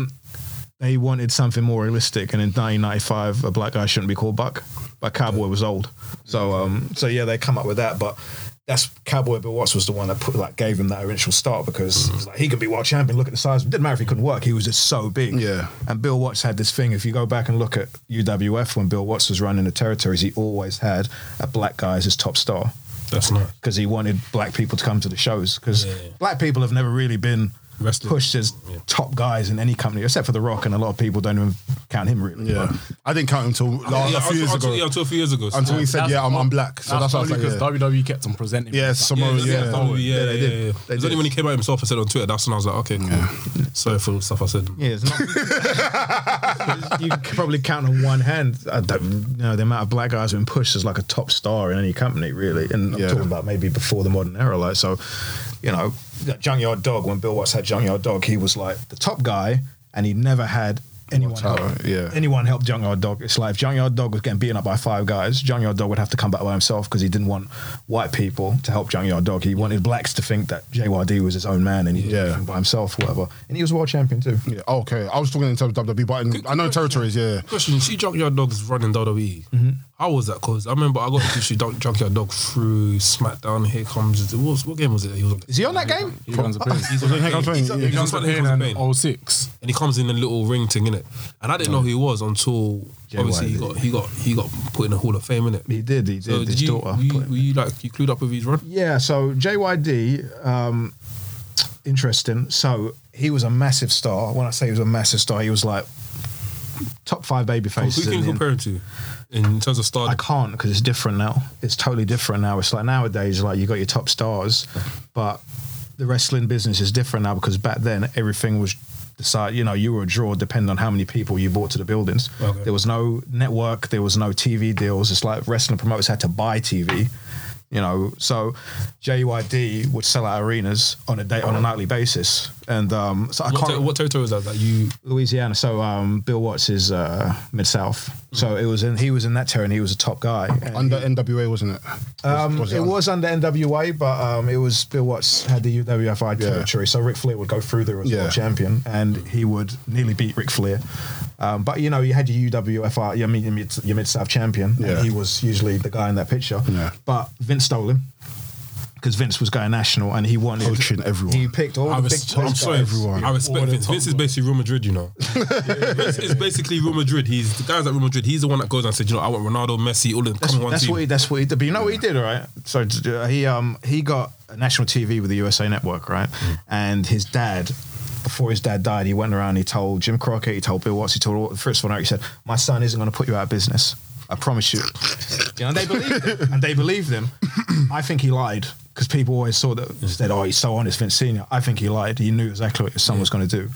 they wanted something more realistic, and in 1995, a black guy shouldn't be called Buck, but Cowboy was old. So, um, so yeah, they come up with that, but that's Cowboy Bill Watts was the one that put like gave him that initial start because it was like, he could be world champion. Look at the size; of him. didn't matter if he couldn't work; he was just so big. Yeah. And Bill Watts had this thing. If you go back and look at UWF when Bill Watts was running the territories, he always had a black guy as his top star That's not. because he wanted black people to come to the shows because Yeah, yeah. black people have never really been Wrestling. pushed as Yeah. top guys in any company except for The Rock, and a lot of people don't even count him really. yeah. I didn't count until like, yeah, a few years until, ago Yeah, until a few years ago. So- until he said, That's "Yeah, I'm, all- I'm black." So that's, what I was because like. Yeah. WWE kept on presenting. Yeah, him. Yeah, Samoa, yeah, yeah, yeah, yeah, yeah, they did. yeah, yeah. It They was did. only when he came out himself and said on Twitter, that's when I was like, okay, cool. Sorry for all the stuff I said. Yeah, it's not. [laughs] you can probably count on one hand. I don't you know the amount of black guys who've been pushed as like a top star in any company, really. And I'm Yeah. talking about maybe before the modern era, like so. You know, that Junkyard Dog. When Bill Watts had Junkyard Dog, he was like the top guy, and he never had anyone Watch out, help. yeah. anyone help Junkyard Dog. It's like if Junkyard Dog was getting beaten up by five guys, Junkyard Dog would have to come back by himself because he didn't want white people to help Junkyard Dog. He wanted blacks to think that JYD was his own man and he Yeah. yeah. by himself, whatever. And he was world champion too. Yeah, Oh, okay. I was talking in terms of WWE, but in, I know territories. Yeah, Question, she Junkyard Dog's running WWE. Mm-hmm. How was that? Because I remember I got into she dunk, Junkyard Dog through SmackDown. Here comes, what, was, what game was it? He was on. Is he on that game? He runs a plane. He's on Here Comes that Pain, game. yeah. He's on Guns that of game, Comes Pain and Pain. 06. and he comes in a little ring thing in it, and I didn't know who he was until JY obviously he did. got he got he got put in the Hall of Fame in it. He did, he did. So his did you, daughter. were you, put it- were you like you clued up with his run? Yeah, so JYD, um, interesting. So he was a massive star. When I say he was a massive star, he was like top five baby Who faces. can you in- in- compare him to in terms of I stardom? can't because it's different now. It's totally different now. It's like nowadays, like you got your top stars, but the wrestling business is different now because back then everything was decided. You know, you were a draw depending on how many people you brought to the buildings. Okay. There was no network. There was no TV deals. It's like wrestling promoters had to buy TV. You know, so JYD would sell out arenas on a day on a nightly basis, and um, so I What, can't. ter- what territory was that? That you Louisiana. So um, Bill Watts is uh, mid South. So it was in he was in that terror and he was a top guy. And under NWA, wasn't it? um, it under- was under NWA, but um, it was Bill Watts had the UWFI Yeah. territory, so Ric Flair would go through there as Yeah. world champion, and he would nearly beat Ric Flair. Um, but you know, you had your UWFI, your, mid- your, mid, your mid south champion, Yeah. and he was usually the guy in that picture. Yeah. But Vince stole him because Vince was going national, and he wanted Poaching everyone. He picked all I the res- big. I'm top sorry, guys. everyone. I respect Vince. Vince is basically Real Madrid, you [laughs] know. Vince is basically Real Madrid. He's the guys at Real Madrid. He's the one that goes and says, you know, I want Ronaldo, Messi, all of them. That's, Come on, that's team. what he. That's what he did. But you know what he did, all right? So uh, he um he got a national TV with the USA Network, right? And his dad, before his dad died, he went around. He told Jim Crockett, he told Bill Watts, he told all the first one out. He said, "My son isn't going to put you out of business. I promise you." you know, and they believed him. And they believed him. I think he lied because people always saw that said, "Oh, he's so honest, Vince Senior." I think he lied. He knew exactly what his son was going to do.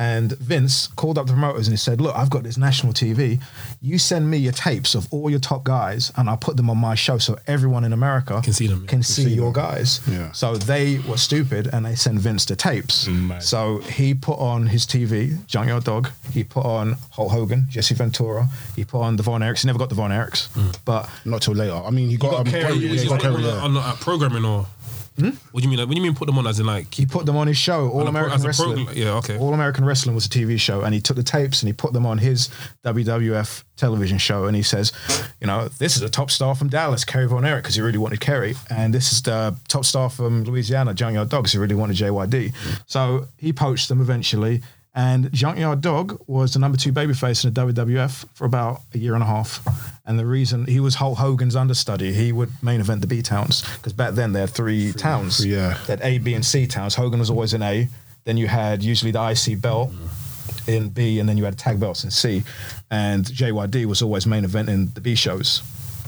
And Vince called up the promoters and he said, Look, I've got this national TV. You send me your tapes of all your top guys and I'll put them on my show so everyone in America Can see them, yeah. Can see, your guys. Yeah. So they were stupid and they sent Vince the tapes. So he put on his TV, Junkyard Dog. He put on Hulk Hogan, Jesse Ventura. He put on the Von Erichs. He never got the Von Erichs, but not till later. I mean, he got, got um, Kerry, Kerry, yeah, yeah, he He's got like, Kerry, on, yeah. on, uh, programming or Hmm? What do you mean? Like, what do you mean put them on as in like He put them on his show, a All pro- American as a Wrestling. program- yeah, okay. All American Wrestling was a TV show, and he took the tapes and he put them on his WWF television show, and he says, you know, this is a top star from Dallas, Kerry Von Erich, because he really wanted Kerry, and this is the top star from Louisiana, Junkyard Dog, 'cause he really wanted JYD. So he poached them eventually, and Junkyard Dog was the number two babyface in the WWF for about a year and a half. And the reason he was Hulk Hogan's understudy, he would main event the B towns because back then they had three, towns. three, yeah. They had A, B, and C towns. Hogan was always in A. Then you had usually the IC belt in B, and then you had tag belts in C. And JYD was always main event in the B shows.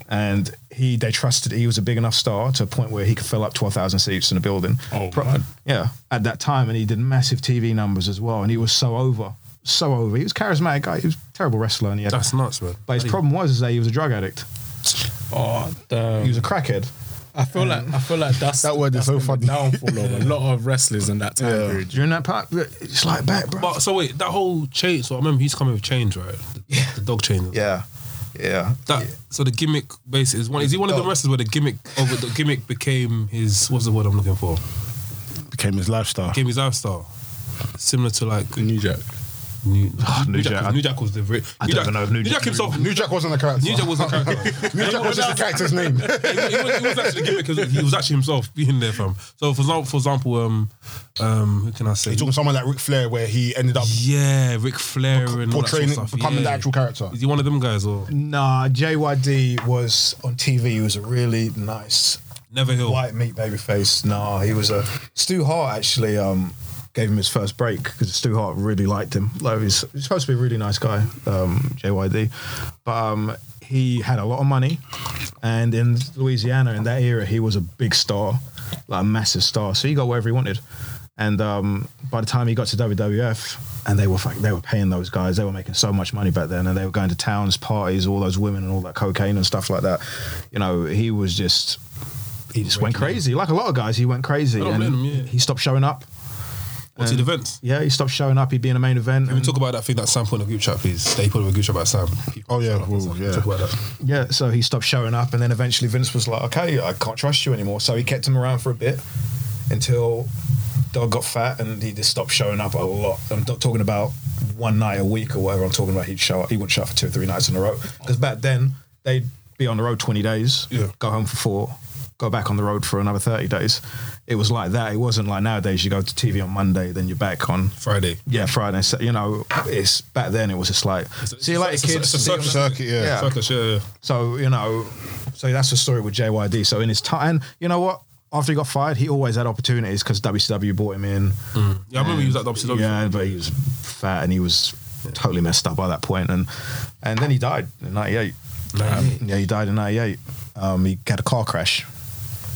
And he, they trusted he was a big enough star to a point where he could fill up twelve thousand seats in a building. Oh, Pro- man. yeah, at that time, and he did massive TV numbers as well. And he was so over, so over. He was charismatic guy. He was a terrible wrestler, and he had. That's nuts, man. but his problem was is that he was a drug addict. Oh, He damn. was a crackhead. I feel like I feel like that's That word is that's so been funny. The downfall of a lot of wrestlers in that time period. During that part, it's like back, bro. But so wait, that whole chain. So I remember he's coming with chains, right? The, the dog chains. Yeah. Yeah. That so the gimmick base is one. Is he one of the Dog. wrestlers where the gimmick over the gimmick became his? What's the word I'm looking for? Became his lifestyle. Became his lifestyle, similar to like New Jack. [laughs] New, New New Jack. Jack. was- New Jack was the. Re- I New don't Jack, even know if New New Jack- Jack himself. [laughs] New Jack wasn't a character. New Jack was the character. [laughs] New Jack was just a character's [laughs] it, name. was, it was actually gimmick because he was actually himself being there, fam. So for example, for example, um, um, who can I say? You're talking someone like Ric Flair, where he ended up Yeah, Ric Flair and all that sort portraying, of stuff. becoming yeah. the actual character. Is he one of them guys or nah, JYD was on TV. He was a really nice Never Hill? white meat baby face. No, he was a Stu Hart actually. Um, gave him his first break because Stu Hart really liked him. Like he's, he's supposed to be a really nice guy, um, JYD, but um, he had a lot of money, and in Louisiana in that era, he was a big star, like a massive star. So he got whatever he wanted, and um, by the time he got to WWF, and they were fuck- they were paying those guys, they were making so much money back then, and they were going to towns, parties, all those women, and all that cocaine and stuff like that. You know, he was just. He just went crazy, like a lot of guys. He went crazy, I don't and blame him, yeah. he stopped showing up. What's Um, the events? Yeah, he stopped showing up. He'd be in a main event. Can we and- talk about that thing that Sam put in the group chat, please? That he put in the group chat about Sam. Oh, yeah, well, yeah. Talk about that. yeah, so he stopped showing up, and then eventually Vince was was like, okay, I can't trust you anymore. So he kept him around for a bit until Dog got fat and he just stopped showing up a lot. I'm not talking about one night a week or whatever. I'm talking about he'd show up. He wouldn't show up for two or three nights in a row because back then they'd be on the road twenty days. Yeah. go home for four, go back on the road for another thirty days. It was like that. It wasn't like nowadays. You go to TV on Monday, then you're back on. Friday. Yeah, Friday. So, you know, it's back then. It was just like, see you later, it's a- It's kids. a See you circus, circuit, yeah. Yeah. Circus, yeah, yeah. So you know, so that's the story with JYD. So in his time, and you know what? After he got fired, he always had opportunities because WCW brought him in. Yeah, I remember he was Um, at WCW. Yeah, but he was fat and he was totally messed up by that point, and and then he died in '98. Um, yeah, he died in '98. Um, he had a car crash,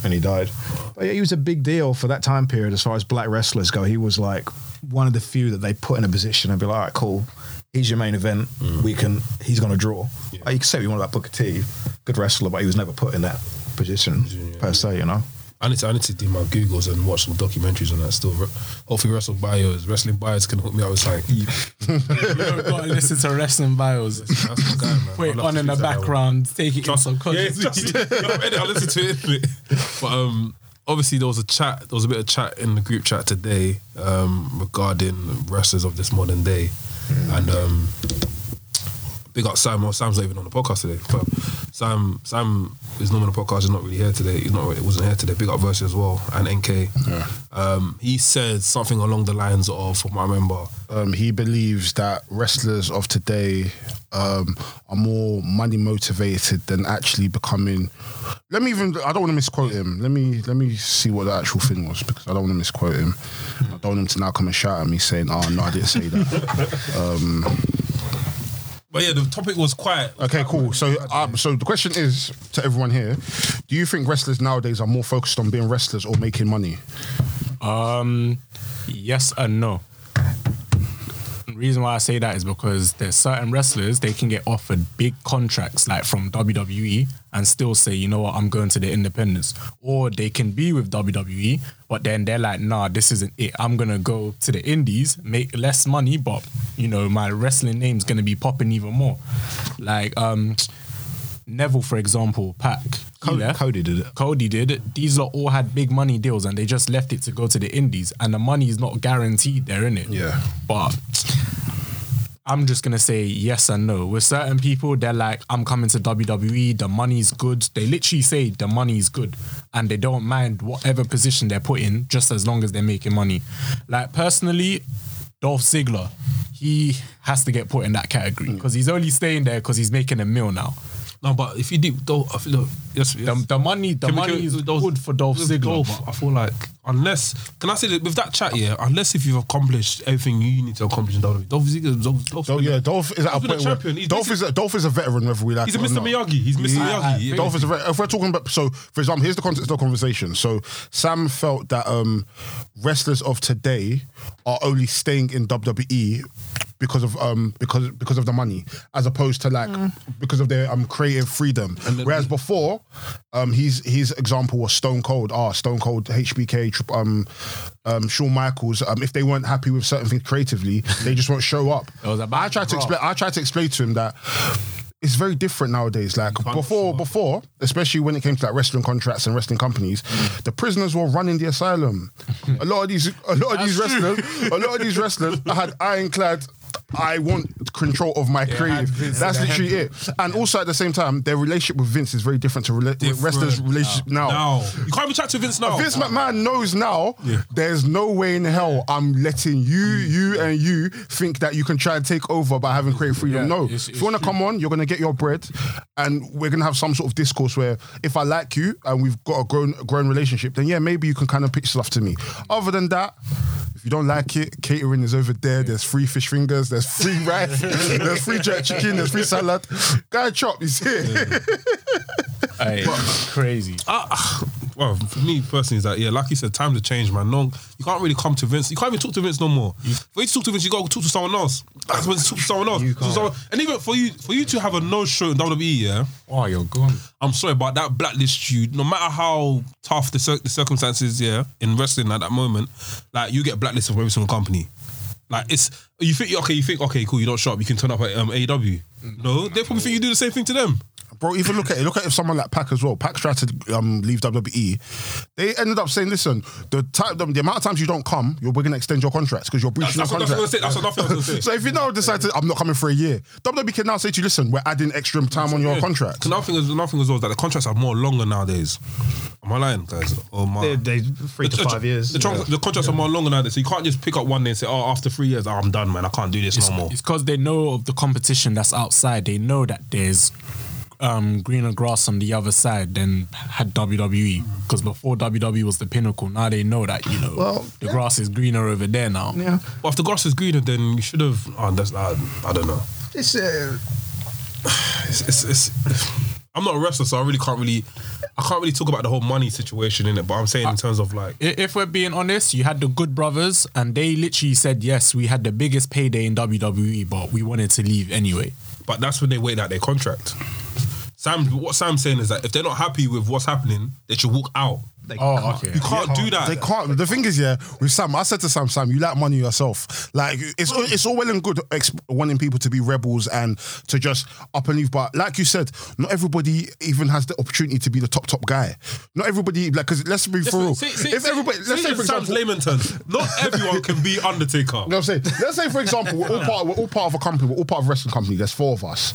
and he died. But yeah, he was a big deal for that time period as far as black wrestlers go. He was like one of the few that they put in a position and be like, "All right, cool, he's your main event. Mm. We can. He's going to draw." Like, you can say what you want about Booker T, good wrestler, but he was never put in that position per se. You know. I need to I need to do my googles and watch some documentaries on that still. bro. Hopefully, wrestling bios, wrestling bios can hook me up. It's like You don't gotta listen to wrestling bios. that's my guy, man. Wait I'd love on to in the do that. background, take it in subconscious. Yeah, it's just- [laughs] I've read it, I listened to it. innit? But um, obviously there was a chat. There was a bit of chat in the group chat today um, regarding wrestlers of this modern day, and um, big up Sam. Well, Sam's not even on the podcast today. But Sam, Sam is normally on the podcast. He's not really here today. He's not. He wasn't here today. Big up Versus as well and NK. Um, he said something along the lines of, from what I remember, um, he believes that wrestlers of today um, are more money motivated than actually becoming. Let me even. I don't want to misquote him. Let me let me see what the actual thing was because I don't want to misquote him. I don't want him to now come and shout at me saying, "Oh no, I didn't say [laughs] that." but yeah, the topic was quite okay, cool. So, um, so the question is to everyone here: Do you think wrestlers nowadays are more focused on being wrestlers or making money? Um, yes and no. The reason why I say that is because there's certain wrestlers they can get offered big contracts like from WWE and still say, you know what, I'm going to the independents. Or they can be with WWE, but then they're like, nah, this isn't it. I'm gonna go to the indies, make less money, but you know, my wrestling name's gonna be popping even more. Like, um, Neville, for example, Pack, Co- Cody did it. Cody did it. These lot all had big money deals, and they just left it to go to the Indies, and the money is not guaranteed there, innit? Yeah. But I'm just gonna say yes and no. With certain people, they're like, I'm coming to WWE, the money's good. They literally say the money's good and they don't mind whatever position they're put in, just as long as they're making money. Like personally, Dolph Ziggler, he has to get put in that category Mm. because he's only staying there because he's making a meal now. No, but if you did, though, I feel, yes, yes. The, the money, the Can we- money can we- is those- good for Dolph with Ziggler. Dolph, but- I feel like unless can I say that with that chat, yeah, unless if you've accomplished everything you need to accomplish in WWE, Dolph Ziggler, Dolph, Dolph, So yeah, Dolph is at a been a point champion. where Oh, He's Dolph is a, Dolph is a veteran, whether we like he's a it Mr. or not. Miyagi. He's Mr. Miyagi. yeah. Dolph is a very, if we're talking about so for example, here's the context of the conversation. So Sam felt that um wrestlers of today are only staying in WWE because of um because because of the money as opposed to like because of their um creative freedom. Whereas before, um his his example was Stone Cold, ah Stone Cold, HBK, Trip- um um Shawn Michaels. Um if they weren't happy with certain things creatively, they just won't show up. It was about I tried to to explain. drop. I tried to explain to him that it's very different nowadays. Like before, before, especially when it came to like wrestling contracts and wrestling companies, the prisoners were running the [laughs] asylum. a lot of these, a lot of these wrestlers, a lot of these [laughs] wrestlers had ironclad. I want control of my had creative. Vince in That's their literally it. And also at the same time, their relationship with Vince is very different to rela- Different wrestlers' relationship now. Now you can't be chat to Vince now. Vince McMahon knows now. Yeah. There's no way in hell I'm letting you, you, and you think that you can try and take over by having creative freedom. Yeah, no, it's- if you want to come on, you're gonna get your bread, and we're gonna have some sort of discourse where if I like you and we've got a grown, grown relationship, then yeah, maybe you can kind of pitch stuff to me. Other than that. If you don't like it, catering is over there. There's free fish fingers. There's free [laughs] rice. there's free jerk chicken. There's free salad. Guy chop is here. Aye, [laughs] crazy. Ah, well, for me personally, is that yeah, like you said, times have changed, man. No, you can't really come to Vince. You can't even talk to Vince no more. For you to talk to Vince, you got to talk to someone else. That's when you talk to someone else. To someone- and even for you, for you to have a no show in WWE, yeah, Oh, you're gone. I'm sorry, but that blacklist you, no matter how tough the, cir- the circumstances, yeah, in wrestling at that moment, like you get blacklisted from every single company. Like it's you think okay, you think okay, cool, you don't show up, you can turn up at um, AEW. No, they probably think you do the same thing to them. Bro, even look at it. Look at if someone like Pac as well. Pac tried to um, leave WWE. They ended up saying, "Listen, the time, the, the amount of times you don't come, you're we're gonna extend your contracts because you're breaching That's your what, that's what I was contract." gonna say. That's what I was gonna say. [laughs] So if you now decide to, I'm not coming for a year, WWE can now say to you, "Listen, we're adding extra time on your contract." So another thing is another thing as well is that the contracts are more longer nowadays. Am I lying, guys? Or am I- They, they three to the- five years. The, tron- the contracts are more longer nowadays, so you can't just pick up one day and say, "Oh, after three years, oh, I'm done, man. I can't do this no more." It's because they know of the competition that's outside. They know that there's um, greener grass on the other side than had WWE. Because before WWE was the pinnacle, now they know that you know Well, the grass is greener over there now. yeah, But if the grass is greener, then you should have. Oh, that's I, I don't know. it's uh, It's, it's, it's, I'm not a wrestler, so I really can't really. I can't really talk about the whole money situation in it, but I'm saying in terms of like. I- If we're being honest, you had the Good Brothers, and they literally said yes, we had the biggest payday in WWE, but we wanted to leave anyway. But that's when they wait out their contract. Sam, what Sam's saying is that if they're not happy with what's happening, they should walk out. they Oh, can't. okay. You can't do that. They can't. The thing is, yeah, with Sam, I said to Sam, Sam, you like money yourself. Like it's it's all well and good ex- wanting people to be rebels and to just up and leave, but like you said, not everybody even has the opportunity to be the top top guy. Not everybody, like, because let's be for real. Say- say- If say- everybody, let's say say in for Sam's example. layman terms, [laughs] not everyone can be Undertaker. You know what I'm saying? Let's say, for example, we're all part, we're all part of a company, we're all part of a wrestling company, there's four of us.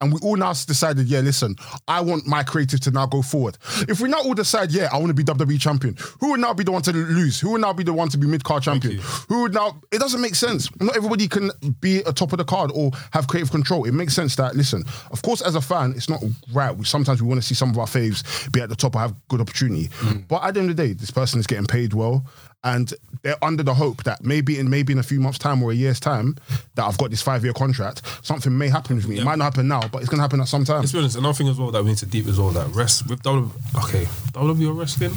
And we all now decided, yeah, listen, I want my creative to now go forward. If we now all decide, yeah, I want to be WWE champion, who would now be the one to lose? Who would now be the one to be mid card champion? Who would now, it doesn't make sense. Not everybody can be a top of the card or have creative control. It makes sense that, listen, of course, as a fan, it's not right. We Sometimes we want to see some of our faves be at the top or have good opportunity. But at the end of the day, this person is getting paid well and they're under the hope that maybe in maybe in a few months' time or a year's time that I've got this five year contract, something may happen with me. It might not happen now, but it's gonna happen at some time. Let's be honest, another thing as well that we need to deep as well that rest with W okay, WWE or wrestling.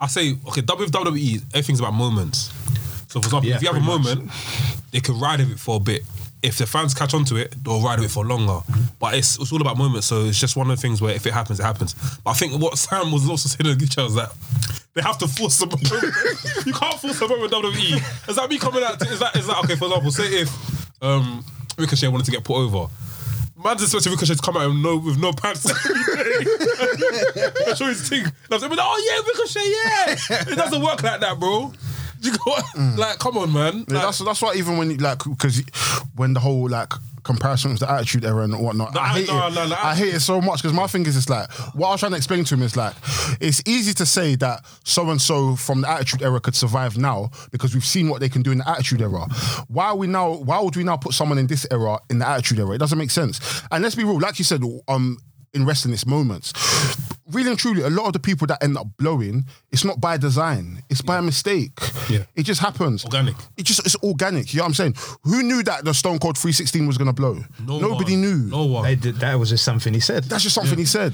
I say okay, W- with WWE, everything's about moments. So for example, Yeah, if you have a pretty much. moment, they can ride with it for a bit. If the fans catch on to it, they'll ride with it for longer. But it's, it's all about moments, so it's just one of the things where if it happens, it happens. But I think what Sam was also saying in the chat was that they have to force the moment. [laughs] you can't force the moment with WWE. E. Is that me coming out? To, is that is that okay? For example, say if um, Ricochet wanted to get put over, Man's expecting Ricochet to come out with no, with no pants. [laughs] That's what he's thinking. Like, oh, yeah, Ricochet, yeah. It doesn't work like that, bro. You got, Like, come on, man. Like, Yeah, that's that's why even when you- like because when the whole like comparison was the attitude era and whatnot, No, I hate no, it. no, no. I hate it so much because my thing is it's like what I was trying to explain to him is like it's easy to say that so and so from the attitude era could survive now because we've seen what they can do in the attitude era. Why are we now? Why would we now put someone in this era in the attitude era? It doesn't make sense. And let's be real, like you said, um. In wrestling, it's moments. Really and truly, a lot of the people that end up blowing, it's not by design. It's by mistake. Yeah. It just happens. Organic. It just it's organic. You know what I'm saying? Who knew that the Stone Cold 316 was gonna blow? no Nobody one. knew. No one. They did, that was just something he said. That's just something he said.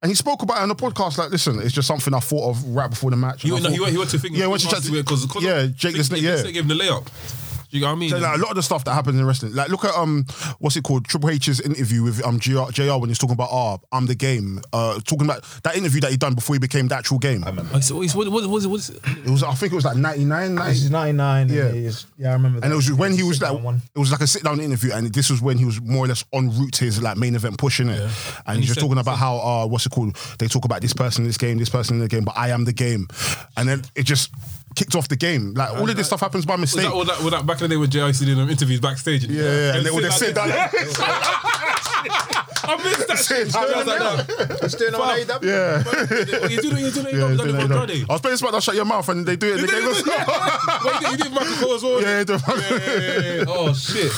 And he spoke about it on the podcast. Like, listen, it's just something I thought of right before the match. He And I went, no, thought- he went, he went to think. Yeah, once you tried to, because yeah, Jake the Snake. Yeah, gave him the layup. You know what I mean? So, like, a lot of the stuff that happens in wrestling, like look at um, what's it called? Triple H's interview with um JR, JR when he's talking about ah, I'm the game. Uh, talking about that interview that he done before he became the actual game. I said, what, is- what, what, what, what is it? It was I think it was like 99, He's 99. Yeah. Yeah, he's, yeah, I remember. That. And it was when he was Sit like, down one. it was like a sit down interview, and this was when he was more or less en route to his like main event pushing it, and, he he's just said- talking about how uh, what's it called? They talk about this person in this game, this person in the game, but I am the game, and then it just kicked off the game. Like all of this stuff happens by Was mistake. that, all that, all that back in the day when JIC did them interviews backstage? yeah, yeah, and they would have said that. [laughs] I missed that shit. that. I was like, no. It's doing on AW. Yeah, You do you do yeah. you do do that, it, no. don't you? I was playing SmackDown, shut your mouth, and they do it. in The [laughs] game as well. Wait, you did Michael Cole as well? [laughs] Yeah, he yeah, did. yeah, yeah. Oh shit,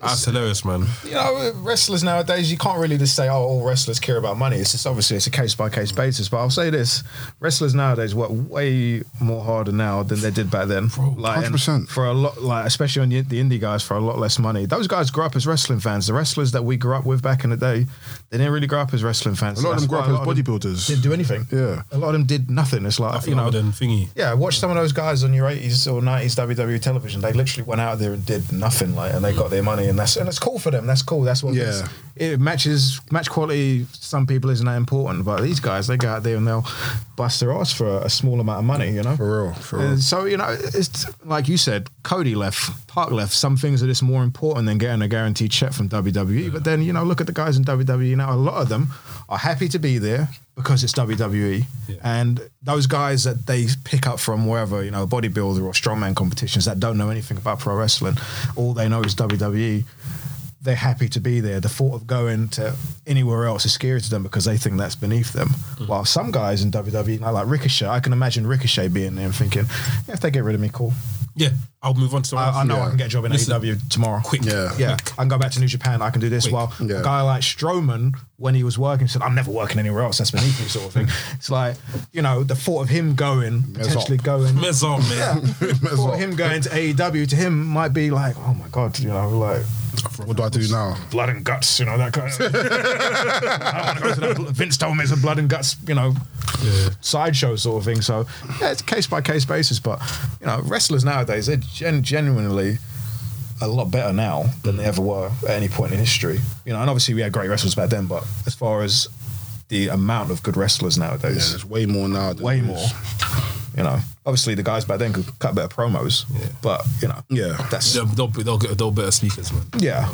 that's hilarious, man. You know, wrestlers nowadays, you can't really just say, oh, all wrestlers care about money. It's just obviously it's a case by case basis. But I'll say this wrestlers nowadays work way more harder now than they did back then. like, and 100%. for a lot, Like, especially on the the indie guys, for a lot less money. Those guys grew up as wrestling fans. The wrestlers that we grew up with back in the day, they didn't really grow up as wrestling fans. A lot of That's them grew why up as lot of them Didn't bodybuilders. do anything. Yeah. A lot of them did nothing. It's like, you know, then thingy. yeah, watch some of those guys on your 80s or 90s WWE E television. They literally went out there and did nothing, like, and they got their money, and that's and it's cool for them. That's cool. That's what. it is. Yeah. it matches match quality. Some people isn't that important, but these guys they go out there and they'll bust their ass for a, a small amount of money. You know, For real, for And real. so you know, it's like you said, Cody left, Park left. Some things are just more important than getting a guaranteed check from WWE. But then you know, look at the guys in WWE now. A lot of them are happy to be there because it's WWE, Yeah. and those guys that they pick up from wherever you know, bodybuilder or strongman competitions that don't know anything about pro wrestling, all they know is E. WWE they're happy to be there. The thought of going to anywhere else is scary to them because they think that's beneath them. While some guys in WWE, like, like Ricochet, I can imagine Ricochet being there and thinking, yeah, if they get rid of me, cool. Yeah, I'll move on to. I, I know Yeah. I can get a job in Listen. AEW tomorrow. Quick. Yeah. Yeah, I can go back to New Japan. I can do this. Quick. While Yeah. a guy like Strowman, when he was working, said, "I'm never working anywhere else. That's beneath me," sort of thing. It's like you know the thought of him going potentially going [laughs] Mess up, man. Might as for well. him going to AEW to him might be like, oh my god, you know, like What do I do now? blood and guts, you know, that kind of [laughs] I want to go to that bl- Vince told me it's a blood and guts, you know, sideshow sort of thing. So yeah, it's case by case basis. But you know, wrestlers nowadays they're gen- genuinely a lot better now than they ever were at any point in history. You know, and obviously we had great wrestlers back then, but as far as the amount of good wrestlers Yeah, nowadays, there's way more now. than way there more. is. You know, obviously the guys back then could cut better promos, but you know, Yeah. that's Yeah, they'll, they'll get they'll better speakers, man. yeah.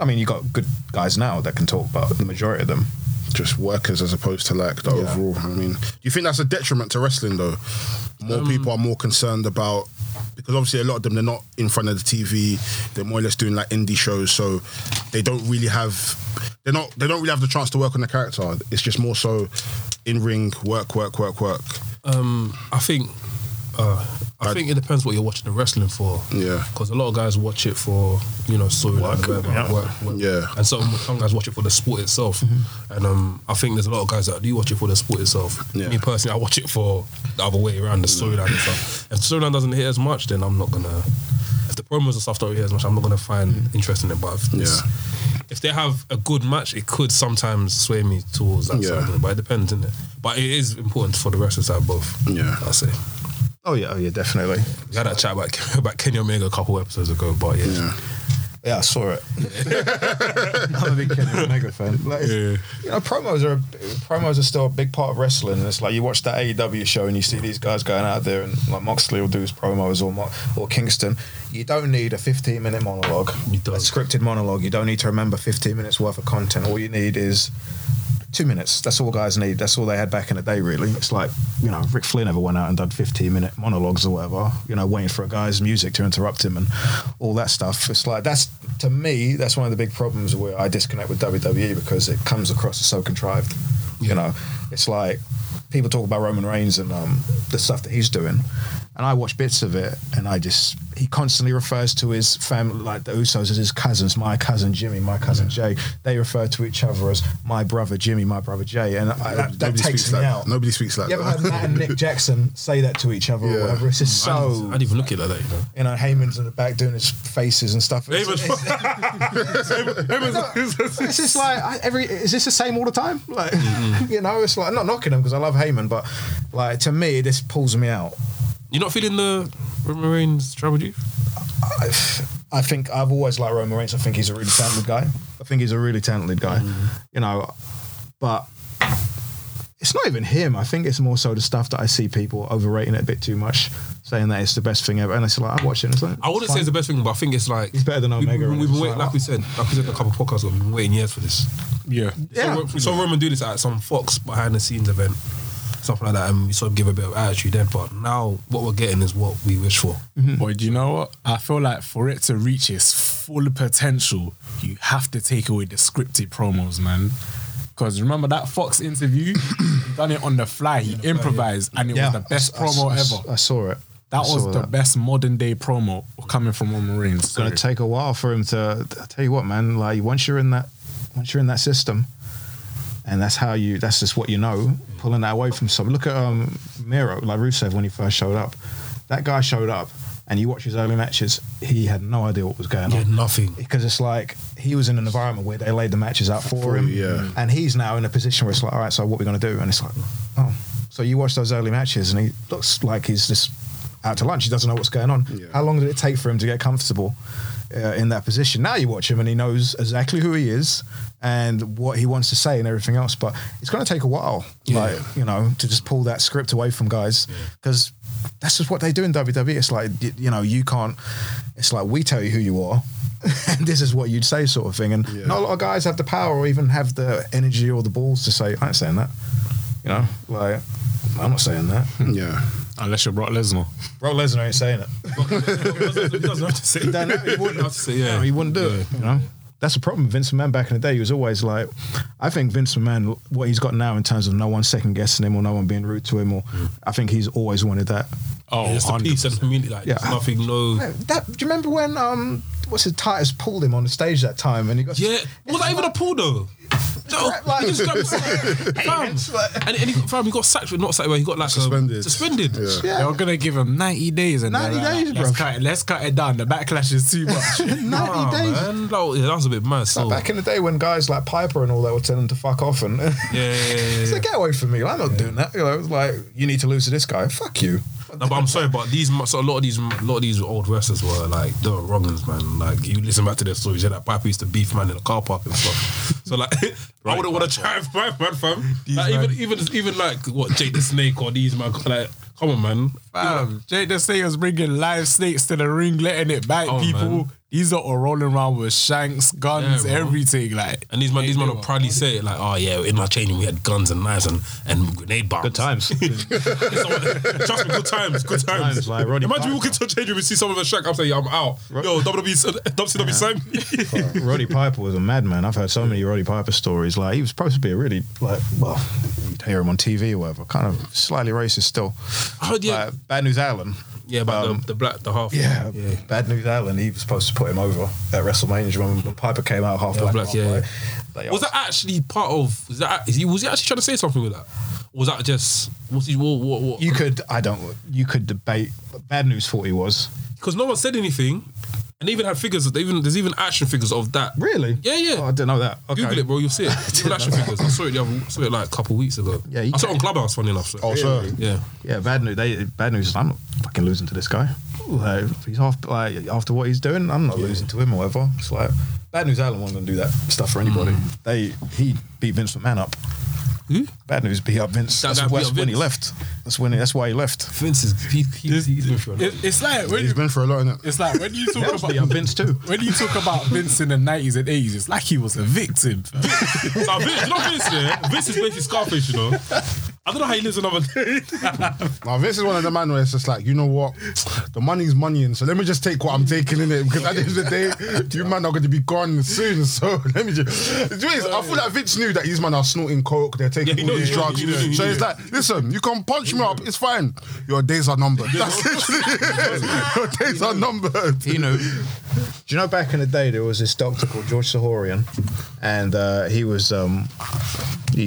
I mean, you got good guys now that can talk, but the majority of them just workers as opposed to like the overall. I mean, do you think that's a detriment to wrestling though? More Um, people are more concerned about because obviously a lot of them they're not in front of the TV. They're more or less doing like indie shows, so they don't really have they're not they don't really have the chance to work on the character. It's just more so in ring work, work, work, work. Um, I think, uh, I think it depends what you're watching the wrestling for. Yeah. because a lot of guys watch it for you know storyline, work, whatever, work, work. Yeah. Mm-hmm. and some some guys watch it for the sport itself. And um, I think there's a lot of guys that do watch it for the sport itself. Yeah. Me personally, I watch it for the other way around the storyline and stuff. If the storyline doesn't hit as much, then I'm not gonna. If the promos and stuff don't hit as much, I'm not gonna find interest in it. But if, it's- Mm. Yeah. if they have a good match, it could sometimes sway me towards that Yeah. side. of it, But it depends, is it? But it is important for the wrestlers to have both. Yeah. I say. Oh yeah, oh yeah, definitely. [laughs] We had that chat about, about Kenny Omega a couple episodes ago, but yeah. Yeah. Yeah, I saw [laughs] it. I'm a big Kenny Omega fan. Like, Yeah. You know, promos are a, promos are still a big part of wrestling. And it's like you watch that AEW show and you see these guys going out there and like Moxley will do his promos or Mo- or Kingston. You don't need a 15 minute monologue. You don't. A scripted monologue. You don't need to remember 15 minutes worth of content. All you need is two minutes. That's all guys need. That's all they had back in the day, really. It's like, you know, Rick Flynn ever went out and done 15 minute monologues or whatever, you know, waiting for a guy's music to interrupt him and all that stuff. It's like, that's, to me, that's one of the big problems where I disconnect with WWE because it comes across as so contrived. You know, it's like people talk about Roman Reigns and um, the stuff that he's doing. And I watch bits of it and I just, he constantly refers to his family, like the Usos, as his cousins, my cousin Jimmy, my cousin Jay. They refer to each other as my brother Jimmy, my brother Jay. And I, that, that Nobody takes speaks me like out. that. Nobody speaks like You ever that. heard Matt and Nick Jackson say that to each other Yeah. or whatever? It's just I so. didn't, I didn't even look at it like that. You know? You know, Heyman's in the back doing his faces and stuff. It's, Heyman's- it's- it's just like I, every is this the same all the time? [laughs] Like you know, it's like I'm not knocking him because I love Heyman, but like to me, this pulls me out. [laughs] You're not feeling the Roman Reigns trouble chief? I, I think I've always liked Roman Reigns. I think he's a really talented guy. I think he's a really talented guy. You know, but it's not even him. I think it's more so the stuff that I see people overrating it a bit too much, saying that it's the best thing ever. And it's like I watch it. And it's like, I wouldn't say it's the best thing, but I think it's like He's better than we- Omega, we- and We've it's been waiting, like- like we said, like we said in a couple of podcasts ago, we've been waiting years for this. Yeah. Yeah. So, Ro- we saw Roman do this at some Fox behind the scenes event, something like that, and we sort of give a bit of attitude then. But now what we're getting is what we wish for. Mm-hmm. But you know what? I feel like for it to reach its full potential, you have to take away the scripted promos, man. Because remember that Fox [coughs] interview? he done it on the fly. He improvised, and it was the best I- I- promo I- ever. I saw it. that I was saw the that. best modern day promo coming from Roman Reigns. It's Sorry. gonna take a while for him to. I tell you what, man. Like once you're in that, once you're in that system, and that's how you. That's just what you know. Pulling that away from something. Look at um, Miro, like Rusev when he first showed up. That guy showed up, and you watch his early matches. He had no idea what was going Yeah, on [laughs] nothing. because it's like he was in an environment where they laid the matches out for, For him, you, yeah. and he's now in a position where it's like, all right, so what are we gonna do? And it's like, oh, so you watch those early matches, and he looks like he's just out to lunch. He doesn't know what's going on. Yeah. How long did it take for him to get comfortable uh, in that position? Now you watch him, and he knows exactly who he is and what he wants to say and everything else. But it's gonna take a while, like you know, to just pull that script away from guys because. That's just what they do in WWE. It's like, y- you know, you can't, it's like we tell you who you are [laughs] and this is what you'd say, sort of thing. And Yeah. not a lot of guys have the power or even have the energy or the balls to say, I ain't saying that. You know, like, I'm not saying [laughs] that. [laughs] yeah. Unless you're Brock Lesnar. Bro Lesnar ain't saying it. He doesn't have to say. He don't know, he wouldn't. have to say, yeah. No, he wouldn't do it. You know, that's the problem. Vince McMahon back in the day, he was always like, I think Vince McMahon, what he's got now in terms of no one second guessing him or no one being rude to him, or I think he's always wanted that. Oh, it's the 100%. peace and community. Like Yeah. there's nothing. No. That, do you remember when um, what's it, Titus pulled him on the stage that time, and he got [laughs] Yeah. Was that even a pull though? No, [laughs] Like- he just grabbed fam. and, and he got, fam, he got sacked, not sacked, but he got like um, Suspended. suspended. Yeah. They were gonna give him 90 days and 90 90 days, let's bruv. Cut it, let's cut it down. The backlash is too [laughs] much. 90 Nah, days. man. Like, yeah, that was a bit mad. So, Like back in the day when guys like Piper and all that would tell him to fuck off and [laughs] yeah, yeah, yeah, yeah. it's like get away from me. I'm not doing that. You know, it's like you need to lose to this guy. Fuck you. No, but I'm sorry, but these so a lot of these a lot of these old wrestlers were like they were wrongins, man. Like you listen back to their stories, yeah, that Piper used to beef man in the car park and stuff. [laughs] So like, I wouldn't want to try and fight man, fam. Like, even even even like what Jake the Snake or these man, like come on, man. Fam, Jake the Snake was bringing live snakes to the ring, letting it bite Oh, people. man. These are all rolling around with shanks, guns, Yeah, bro. everything. Like And these man, these man will proudly say it like, oh yeah, in our training we had guns and knives and, and grenade bombs. [laughs] [laughs] Good times. Trust me, good times, good times. times, like Roddy Imagine we Piper. walk into a change room and see someone with a shack. I'm saying, yeah, I'm out. Yo, E, [laughs] WWE, WCW, sign [laughs] me. [laughs] Roddy Piper was a madman. I've heard so many Roddy Piper stories. Like he was supposed to be a really like well, you'd hear him on TV or whatever. Kind of slightly racist still. Oh, yeah. Like, um, Bad News Allen. Yeah, about the, the black, the half. Yeah, Bad News Allen, he was supposed to put him over at WrestleMania when, when Piper came out half Yeah, black. black, half yeah, white. yeah. They Was that actually part of? Is that is he was he actually trying to say something with that? Or was that just was he what what? what? you could I don't you could debate but Bad News thought he was. Because no one said anything, and they even had figures. They even there's even action figures of that. Really? Yeah, yeah. Oh, I didn't know that. Okay. Google it, bro. You'll [laughs] see it. Even action figures. I saw it the other. I saw it like a couple weeks ago. Yeah, you I saw it on Clubhouse. Funny enough. So. Oh, sir. Yeah. Yeah, Bad News. They Bad News. I'm not fucking losing to this guy. like, he's half like after what he's doing, I'm not losing to him or whatever. It's like Bad News Allen wasn't gonna do that stuff Hmm. for anybody. They he beat Vince McMahon up. Who? Bad News beat up Vince. That That's, guy beat that's up when he Vince. left. That's when. That's why he left. Vince is he, he, he's been [laughs] through a lot. It- it's like when He's you, been for a lot, innit? it's like when you talk beat up about Vince too. when you talk about Vince in the nineties and eighties, it's like he was a victim. fam. Now, Vince, you know Vince, yeah? Vince is basically Scarface, you know. I don't know how he lives another day. Now this is one of the man where it's just like, you know what, the money's money, and so let me just take what I'm taking in it because at the end of the day, you man are going to be gone soon. So [laughs] let me just. The thing is, I feel like Vince knew that these men are snorting coke, they're taking Yeah, he all knew, these he knew, drugs. he knew, he so knew. it's like, listen, you can punch me up, it's fine. Your days are numbered. That's literally it. Your days are numbered. You know, do you know back in the day there was this doctor called George Sahorian, and uh, he was um, he,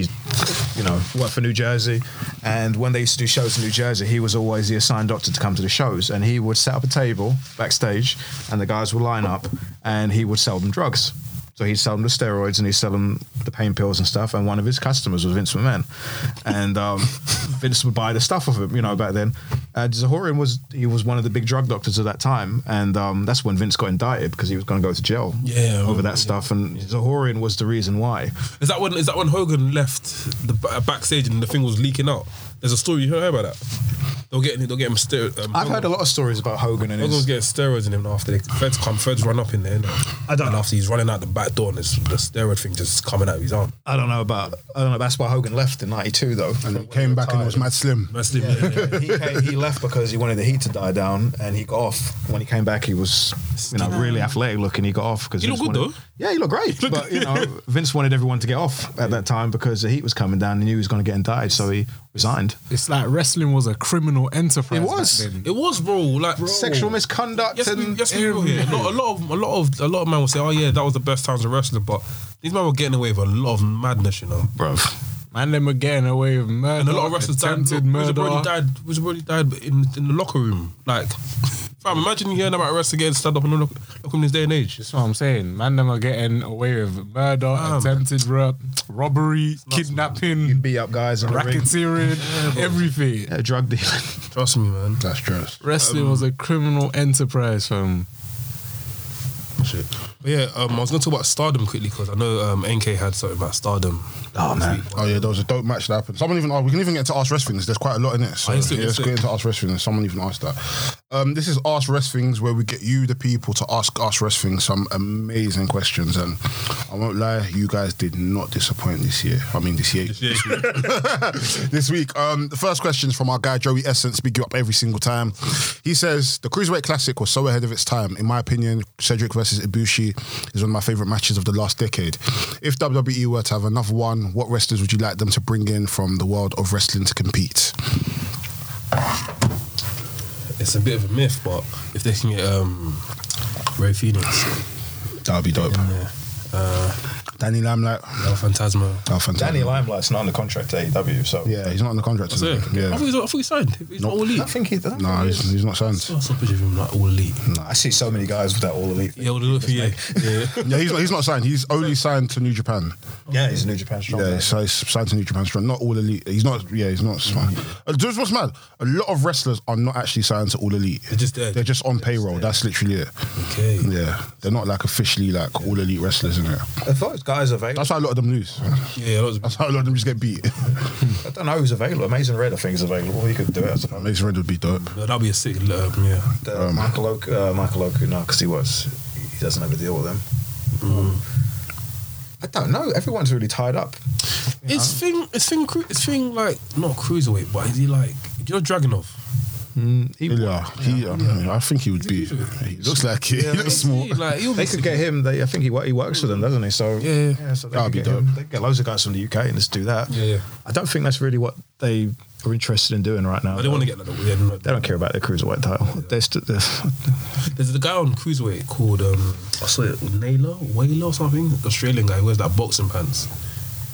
you know, worked for New Jersey, and when they used to do shows in New Jersey, he was always the assigned doctor to come to the shows, and he would set up a table backstage, and the guys would line up, and he would sell them drugs. So he'd sell them the steroids and he'd sell them the pain pills and stuff. And one of his customers was Vince McMahon. And um, [laughs] Vince would buy the stuff of him, you know, back then. Uh, Zahorian was, he was one of the big drug doctors at that time. And um, that's when Vince got indicted because he was going to go to jail Yeah, I over remember, that stuff. And Zahorian was the reason why. Is that when is that when Hogan left the ba- backstage and the thing was leaking out? There's a story you heard about that. They'll get they'll get him steroids. Um, I've heard a lot of stories about Hogan and Hogan was his. getting steroids in him after the feds come. Feds run up in there. I don't. And after he's running out the back door and there's the steroid thing just coming out of his arm. I don't know about. I don't know. That's why Hogan left in '92, though. And he came back and it was mad slim. That's him. Yeah, [laughs] yeah. he, came, he left because he wanted the heat to die down, and he got off. When he came back, he was you know really athletic looking. He got off because He Vince looked good, wanted- though. Yeah, he [laughs] looked great. but you know, Vince wanted everyone to get off at that time because the heat was coming down. He knew he was going to get indicted, so he resigned. It's like wrestling was a criminal enterprise. It was. back then. It was, bro. Like Sexual misconduct Yes, we, and yes, we will hear. A lot, a lot of, a lot of, a lot of men will say, "Oh yeah, that was the best times of wrestling," but these men were getting away with a lot of madness, you know. Man, them were getting away with murder. And a lot of wrestlers died. attempted Wizard murder. Brody died. Wizard Brody died in in the locker room. Like, fam, imagine hearing about a wrestler getting stabbed up in the locker locker room in this day and age. That's what I'm saying. Man, them are getting away with murder, Damn. attempted ro- robbery, kidnapping, beat up guys and racketeering, everything. Yeah, drug dealing. [laughs] Trust me, man. That's just Wrestling was a criminal enterprise, fam. Shit. But yeah, um, I was gonna talk about Stardom quickly because I know um, NK had something about Stardom. Oh man, Oh yeah, there was a dope match that happened. Someone even oh, we can even get to ask wrestling. There's quite a lot in it. So Oh, yeah, it's let's good, it's get good. into ask wrestling. Someone even asked that. Um, this is ask wrestling where we get you, the people, to ask us wrestling some amazing questions. And I won't lie, you guys did not disappoint this year. I mean, this year. this week. Um, the first question is from our guy Joey Essence. Big you up every single time. He says the Cruiserweight Classic was so ahead of its time. In my opinion, Cedric versus Ibushi is one of my favorite matches of the last decade. If WWE were to have another one, what wrestlers would you like them to bring in from the world of wrestling to compete? It's a bit of a myth, but if they can get um, Ray Phoenix, That'd be dope. yeah, Danny Lamlight. El Fantasma. Oh, fantastic. Danny Limelight's not under contract at AEW, so Yeah, he's not on the contract. That's it. is he? I Yeah. think he's, I thought he signed. He's Nope. all elite. I think he. does. No, he's, he's not signed. What's up with him? Like all elite. I see so many guys with that all elite. Yeah, all elite. Yeah, [laughs] yeah. Yeah, he's not, he's not signed. He's only signed to New Japan. Yeah, he's a New Japan strong. Yeah, so he's signed to New Japan Strong. Not all elite. He's not. Yeah, he's not. Smart. Uh, Just what's mad? A lot of wrestlers are not actually signed to all elite. They're just there. They're just on payroll. That's literally it. Okay. Yeah, they're not like officially like all elite wrestlers in it. If those guys are available, That's why a lot of them lose. Yeah, lots of- That's how a lot of them just get [laughs] beat. I don't know who's available. Amazing Red, I think, is available. He could do it. I suppose. Mason Red would be dope. No, that'd be a sick. Um, yeah. Uh, Michael Oak, uh, Michael Oak, no, because he was, he doesn't have a deal with them. Mm. I don't know. Everyone's really tied up. It's thing. It's thing. cru- It's thing. Like not cruiserweight, but is he like? Do you know Dragunov? Yeah, he, um, I think he would be. He looks like it. he looks Is small. he, like he'll They be could sick. get him. They, I think he wo- he works for them, doesn't he? So Yeah, yeah. so they That'd could be get him. They could get loads of guys from the UK and just do that. Yeah, yeah. I don't think that's really what they are interested in doing right now. I don't want to. to get like that. Yeah, no, no. They don't care about their cruiserweight title. They're st- [laughs] they're There's a guy on cruiserweight called um, I saw it, Naylor, Whaler or something. Australian guy who wears that boxing pants.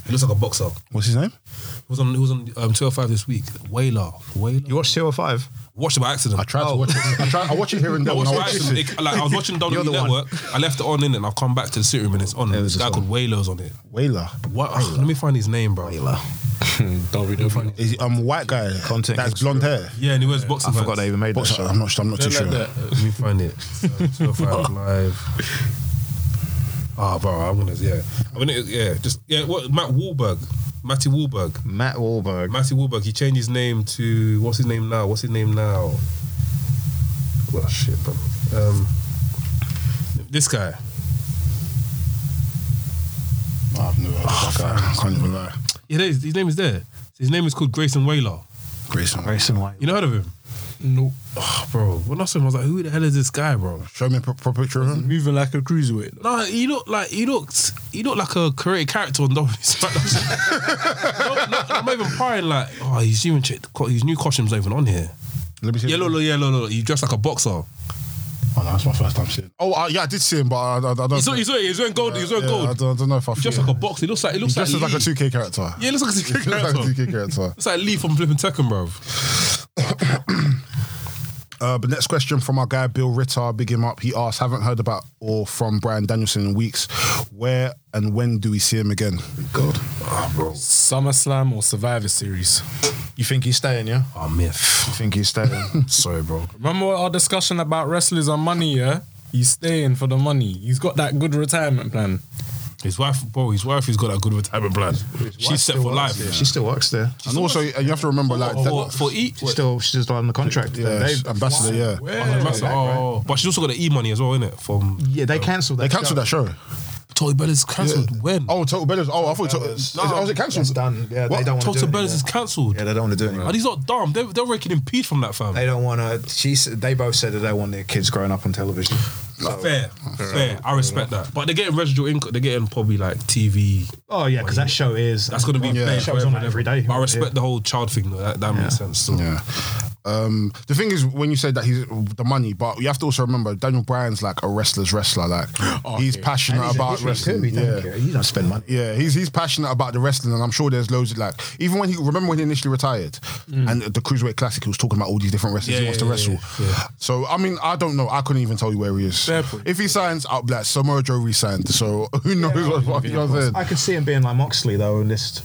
He looks like a boxer. What's his name? He was on. He was on um, 205 this week. Whaler, Whaler. you watch 205? watched it by accident. I tried to watch it. I tried. I watch it here [laughs] and I there. When watched it I by watch accident. it. It- like I was watching WWE the one. Network. I left it on in and I've come back to the sitting room and it's on. It This was just guy on. called Whaler's on it. Whaler. What? Let me find his name, bro. Whaler. WWE. Is, um, white guy Content that's blonde hair. Yeah, and he wears boxing I forgot they pants. even made that. What's that? show. I'm not. I'm not too They're sure. like that. Let me find it. So, 12 hours live. Ah, bro, I'm gonna yeah. I mean, it- yeah, just yeah. What Matt Wahlberg, Matty Wahlberg, Matt Wahlberg. Matty Wahlberg. He changed his name to what's his name now? What's his name now? Well, shit, bro. Um, this guy. I've never heard of that guy. I can't even lie. It is. His name is there. His name is called Grayson Whaler. Grayson. Grayson White. You know heard of him? No. Oh, bro, when I saw him, I was like, who the hell is this guy, bro? Show me a pro- proper picture of him. Moving like a cruiserweight. No, he looked like he looked he looked like a created character on WWE SmackDown. no, no, I'm [laughs] not even prying like, oh, he's even ch- co- his new costume's not even on here. Let me see. Yeah, look, look, yeah, look, look. He dressed like a boxer. Oh, no, that's my first time seeing. Oh, uh, yeah, I did see him, but I, I, I don't. He's he's wearing, he's wearing gold. he's wearing yeah, I gold. don't, I don't know if I. He's dressed like a boxer. He looks like he looks like, Just like a Lee. 2K character. Yeah, [laughs] he looks like a He two looks like a character. 2K character. Looks like Lee from Flipping Tekken, bro. Uh, but next question from our guy Bill Ritter, big him up. He asks, haven't heard about or from Brian Danielson in weeks. Where and when do we see him again? God, SummerSlam or Survivor Series. You think he's staying, yeah? Oh, myth. You think he's [laughs] staying? Sorry, bro. Remember our discussion about wrestlers and money, yeah? He's staying for the money. He's got that good retirement plan. His wife, bro. His wife has got a good retirement plan. She's set for life. she still works there. and also and you have to remember, like, For- for, that- for each. She's still, she's still on the contract. yeah, They- ambassador, yeah, Oh, that's- oh, but she's also got the e money as well, innit? From yeah, they cancelled that. they cancelled that show. Toy Bella's cancelled. Yeah. When? Oh, Total Bellas. Oh, I thought Total. is- oh, was it cancelled? It's done. Yeah, What? they don't want Total to do it Bellas is anymore. cancelled. Yeah, they don't want to do it anymore. Are these not dumb? They're, they're raking in peas from that fam. They don't want to. She. s- They both said that they want their kids growing up on television. fair, fair. I respect that. But they're getting residual income. They're getting probably like TV. Oh yeah, because that show is. That's gonna be yeah. played That show's on forever and every ever. day. But I respect the whole child thing. Though. That, that makes sense. So. Yeah. Um, the thing is, when you say that he's the money, but you have to also remember Daniel Bryan's like a wrestler's wrestler. [gasps] Like Oh, he's passionate about wrestling. yeah. You don't spend money. Yeah, he's he's passionate about the wrestling, and I'm sure there's loads of like. Even when he remember when he initially retired, and the cruiserweight classic, he was talking about all these different wrestlers he Mm. Yeah, wants yeah, to yeah, wrestle. So I mean, I don't know. I couldn't even tell you where he is. Fair point. If he signs up, like Samoa Joe re-signed, so [laughs] who knows what, what you know what I'm saying? I could see him being like Moxley though, and just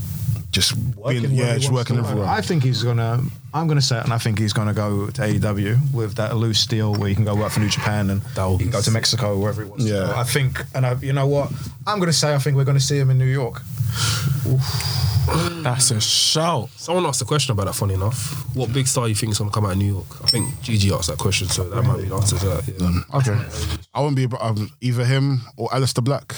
Just working being, where yeah, he just wants working to work. everywhere. I think he's gonna. I'm gonna say, it, and I think he's gonna go to AEW with that loose deal where you can go work for New Japan and That would he can be go to Mexico wherever he wants. to Yeah. go. I think, and I, you know what, I'm gonna say, I think we're gonna see him in New York. That's a shout. Someone asked a question about that. Funny enough, what big star you think is gonna come out of New York? I think Gigi asked that question, so that might be the answer to that. Yeah. Mm. Okay, I wouldn't be um, either him or Alistair Black.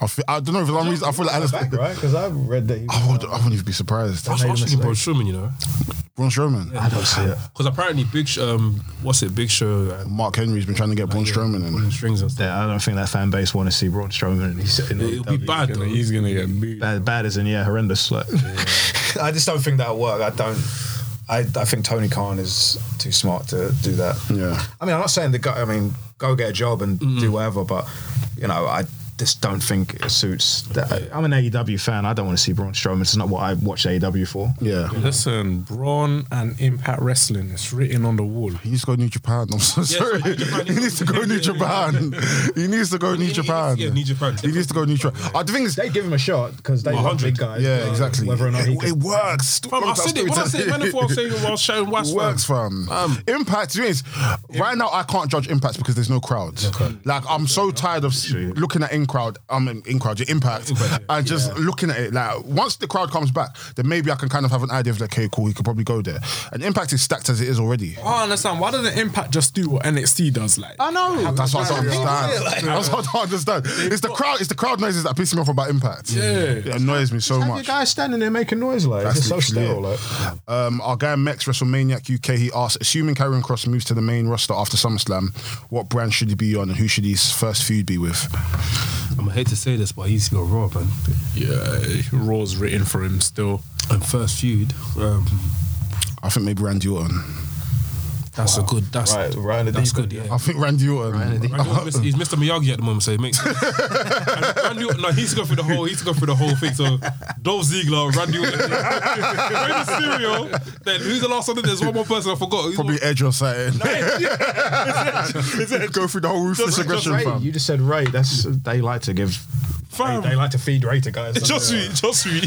I, feel, I don't know for some reason I feel like Alistair. Back, right? Because I read that. He I, would, I wouldn't even be surprised. I was, I was made a thinking Braun Strowman, you know, Braun Strowman, I don't see it. because apparently Big, Sh- um, what's it, Big Show and Mark Henry's been trying to get Braun Strowman in. Mm. and strings and stuff. Yeah, I don't think that fan base want to see Braun Strowman. And he's in E It'll be AEW. bad though. He's gonna get beat. Bad, bad as in yeah, horrendous. Like, I just don't think that'll work. I don't. I, I think Tony Khan is too smart to do that. Yeah. I mean, I'm not saying the guy. I mean, go get a job and do whatever, but you know, I just don't think it suits. That. I'm an AEW fan. I don't want to see Braun Strowman. It's not what I watch AEW for. Yeah. Listen, Braun and Impact Wrestling is written on the wall. He needs to go New Japan. I'm so sorry. New Japan. he needs to go New Japan. he needs to go New he- Japan. yeah, New Japan. He needs to go New Japan. Uh, the thing is, They give him a shot because they love 100. big guys. yeah, exactly. Whether or not it, he it can, works. Fam, I said it. When I said man, if I was saying it, I was showing West, It fam. works, fam. Impact. You know, it's- right now, I can't judge impacts because there's no crowds. Like I'm so tired of s- looking at in crowd. I'm um, in crowd. Your impact. Impact, yeah. And just looking at it. Like once the crowd comes back, then maybe I can kind of have an idea of like, okay, cool. We could probably go there. And impact is stacked as it is already. I don't understand. Why doesn't Impact just do what NXT does? Like, I know. That's what I don't understand. That's what I don't understand. It's the crowd. It's the crowd noises that piss me off about Impact. Yeah, it annoys me so Have much. your guy standing there making noise like That's it's so literally sterile. Like. it. Um, our guy Mex WrestleManiac UK he asks, assuming Karrion Cross moves to the main roster after SummerSlam, what brand should he be on and who should his first feud be with? I'm gonna hate to say this, but he's got raw, man. yeah, Raw's written for him still. And first feud, um, I think maybe Randy Orton. that's a good. That's Right, right in the that's deep end, good. Yeah. I think Randy Orton. Randy Orton, he's Mr. Miyagi at the moment, so it makes sense. And Randy Orton, no, he's gone through the whole, he's gone through the whole thing. So Dolph Ziggler, Randy Orton, Rey Mysterio. Then who's the last one? There's one more person I forgot. Who's [laughs] Probably one- Edge or something. [laughs] Go through the whole ruthless aggression. Ray, fam. you just said Ray. That's they like to give Fam. They like to feed Raider guys. Just me, just me.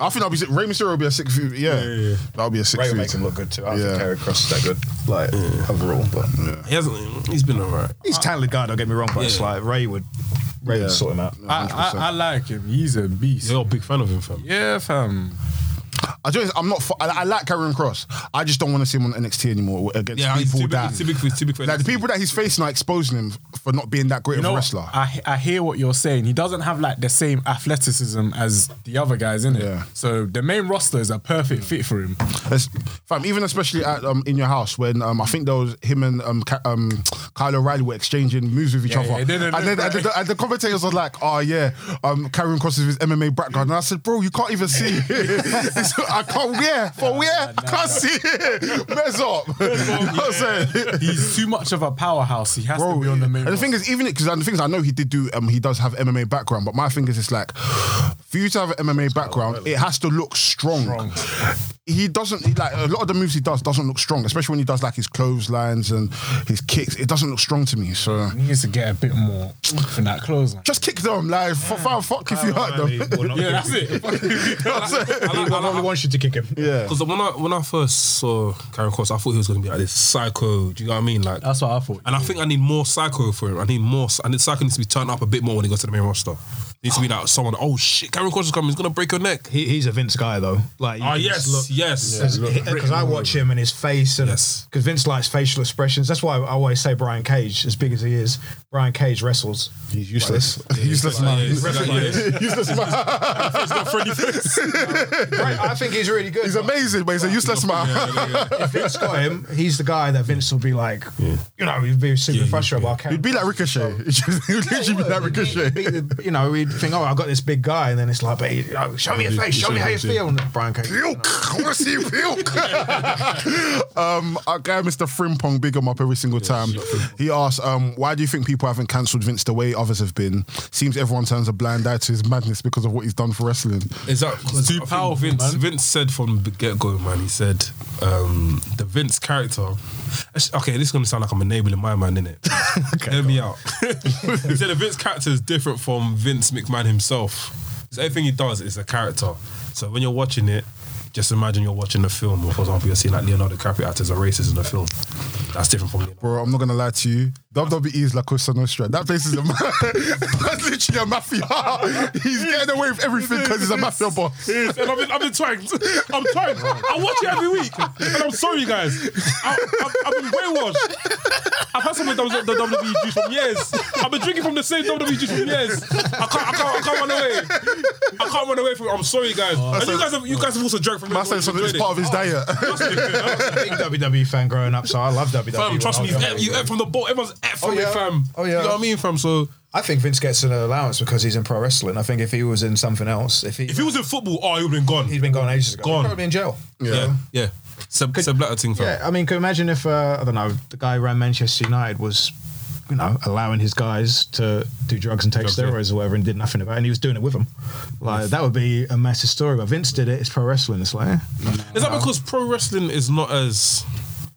I think that'll be Ray Mysterio will be a six. feet- Yeah, yeah, yeah. that'll be a six. Ray will feet. make him look good too. I don't Yeah. think Terry Cross is that good, like overall. But He hasn't. He's been alright. he's a talented guy. Don't get me wrong, but it's Yeah. like Ray would, Ray would sort him [laughs] out. I, I, I like him. He's a beast. You're a big fan of him, fam. Yeah, fam. I just, I'm not. fu- I, I like Karrion Cross. I just don't want to see him on NXT anymore against Yeah, it's people typical- that it's typical- it's typical like the NXT. people that he's facing are exposing him for not being that great You of know, a what? wrestler. I I hear what you're saying. He doesn't have like the same athleticism as the other guys, in it. Yeah. So the main roster is a perfect fit [laughs] for him. That's- fam, even especially at um, in your house when um, I think there was him and um, Ka- um, Kyle O'Reilly were exchanging moves with each Yeah, other, yeah, they didn't and look then and right. the, and the commentators were like, "Oh yeah, um, Karrion Cross is his MMA background," and I said, "Bro, you can't even see. It's- [laughs] I can't. Yeah, for where I can't see it. Mess up. [laughs] You know what I'm saying? He's too much of a powerhouse. He has to be on the And main. the roster. thing is, even because the thing is, I know he did do, um, he does have MMA background, but my thing is, it's like for you to have an MMA background, it has to look strong. He doesn't he, like a lot of the moves he does doesn't look strong, especially when he does like his clotheslines and his kicks. It doesn't look strong to me. So He needs to get a bit more from that clothesline. just kick them, like f- fam, fuck if you hurt them. [laughs] Yeah, that's it. I like- Probably wants you to kick him. yeah. Because when I when I first saw Karen Cross, I thought he was going to be like this psycho. Do you know what I mean? Like, That's what I thought. and I think I need more psycho for him. I need more. I need psycho needs to be turned up a bit more when he goes to the main roster. Needs to be like someone. Oh shit, Karen Cross is coming. He's going to break your neck. He, he's a Vince guy though. Like, you Ah can yes, just Oh, look- yes. because I watch him and his face and Yes. because Vince likes facial expressions. That's why I always say Brian Cage, as big as he is, Brian Cage wrestles. He's useless. [laughs] useless Yeah, man. [laughs] he's like, yeah. useless man. [laughs] Right, I think [laughs] he's really good. He's amazing, but he's a useless man. If Vince got him, he's the guy that Vince will be like, you know, he'd be super frustrated. Well, I can't- He'd be like Ricochet. [laughs] He'd literally be like Ricochet. Be the- you know, he'd think, oh, I've got this big guy, and then it's like, but he, oh, show me your face, show me how you feel. And Brian Cage, Puke. I want to see you puke. [laughs] um, our guy, Mr. Frimpong, big him up every single time. He asked, um, why do you think people haven't cancelled Vince the way others have been? Seems everyone turns a blind eye to his madness because of what he's done for wrestling. Is that because too powerful, Vince, man. Vince said from the get go, man. He said um, the Vince character. Okay, this is gonna sound like I'm enabling my man, [laughs] innit? Hear me out. he said the Vince character is different from Vince McMahon himself. So everything he does is a character. So when you're watching it, just imagine you're watching a film, or for example, you're seeing like Leonardo DiCaprio act as a racist in a film. That's different from Leonardo. Bro, I'm not gonna lie to you. WWE is La Cosa Nostra. That place is a [laughs] that's literally a mafia. he's getting away with everything because he's a mafia boss. is, and I've been, I've been twanked. I'm twanked. I watch it every week, and I'm sorry, guys. I, I've, I've been brainwashed. I've had some of the, the WWE juice from years. I've been drinking from the same WWE juice from years. I can't, I can't, I can't run away. I can't run away from. it. I'm sorry, guys. and you guys, have, you guys have also drank from. My son, it. so it's part of his diet. [laughs] I'm a big WWE fan growing up, so I love E. WWE. Fam, when I trust me, was you younger. ate- you ate from the boat. Everyone's ate from Oh, yeah. it, fam. Oh, yeah. You know what I mean, fam? So I think Vince gets an allowance because he's in pro wrestling. I think if he was in something else, if he, if he was in football, oh, he would have been gone. he'd been gone ages ago. Gone. He'd probably in jail. yeah, yeah. Seb, Seb Blatter thing, fam. Yeah, I mean, can you imagine if uh, I don't know the guy who ran Manchester United was, you know, allowing his guys to do drugs and take Drugs, yeah. steroids or whatever, and did nothing about it, and he was doing it with them. Like that would be a massive story. But Vince did it. It's pro wrestling. It's like eh. Is that because pro wrestling is not as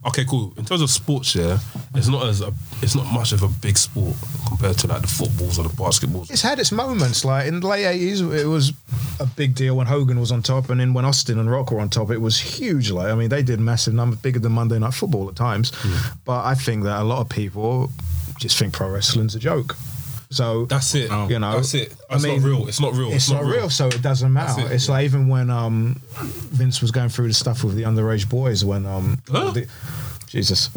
okay? Cool. In terms of sports, yeah, it's not as a, it's not much of a big sport compared to like the footballs or the basketballs. it's had its moments. Like in the late eighties, it was a big deal when Hogan was on top, and then when Austin and Rock were on top, it was huge. Like I mean, they did massive numbers, bigger than Monday Night Football at times. Hmm. But I think that a lot of people just think pro wrestling's a joke. So That's it. You know, that's it. I It's mean, not real. It's not real. it's not real, so it doesn't matter. That's it, it's like even when um, Vince was going through the stuff with the underage boys when um, Huh? the- Jesus,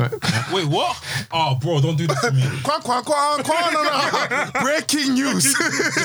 Wait, what? Oh, bro, don't do this to me. Quan, quan, quan, quan, no, [laughs] no. Breaking [laughs] news.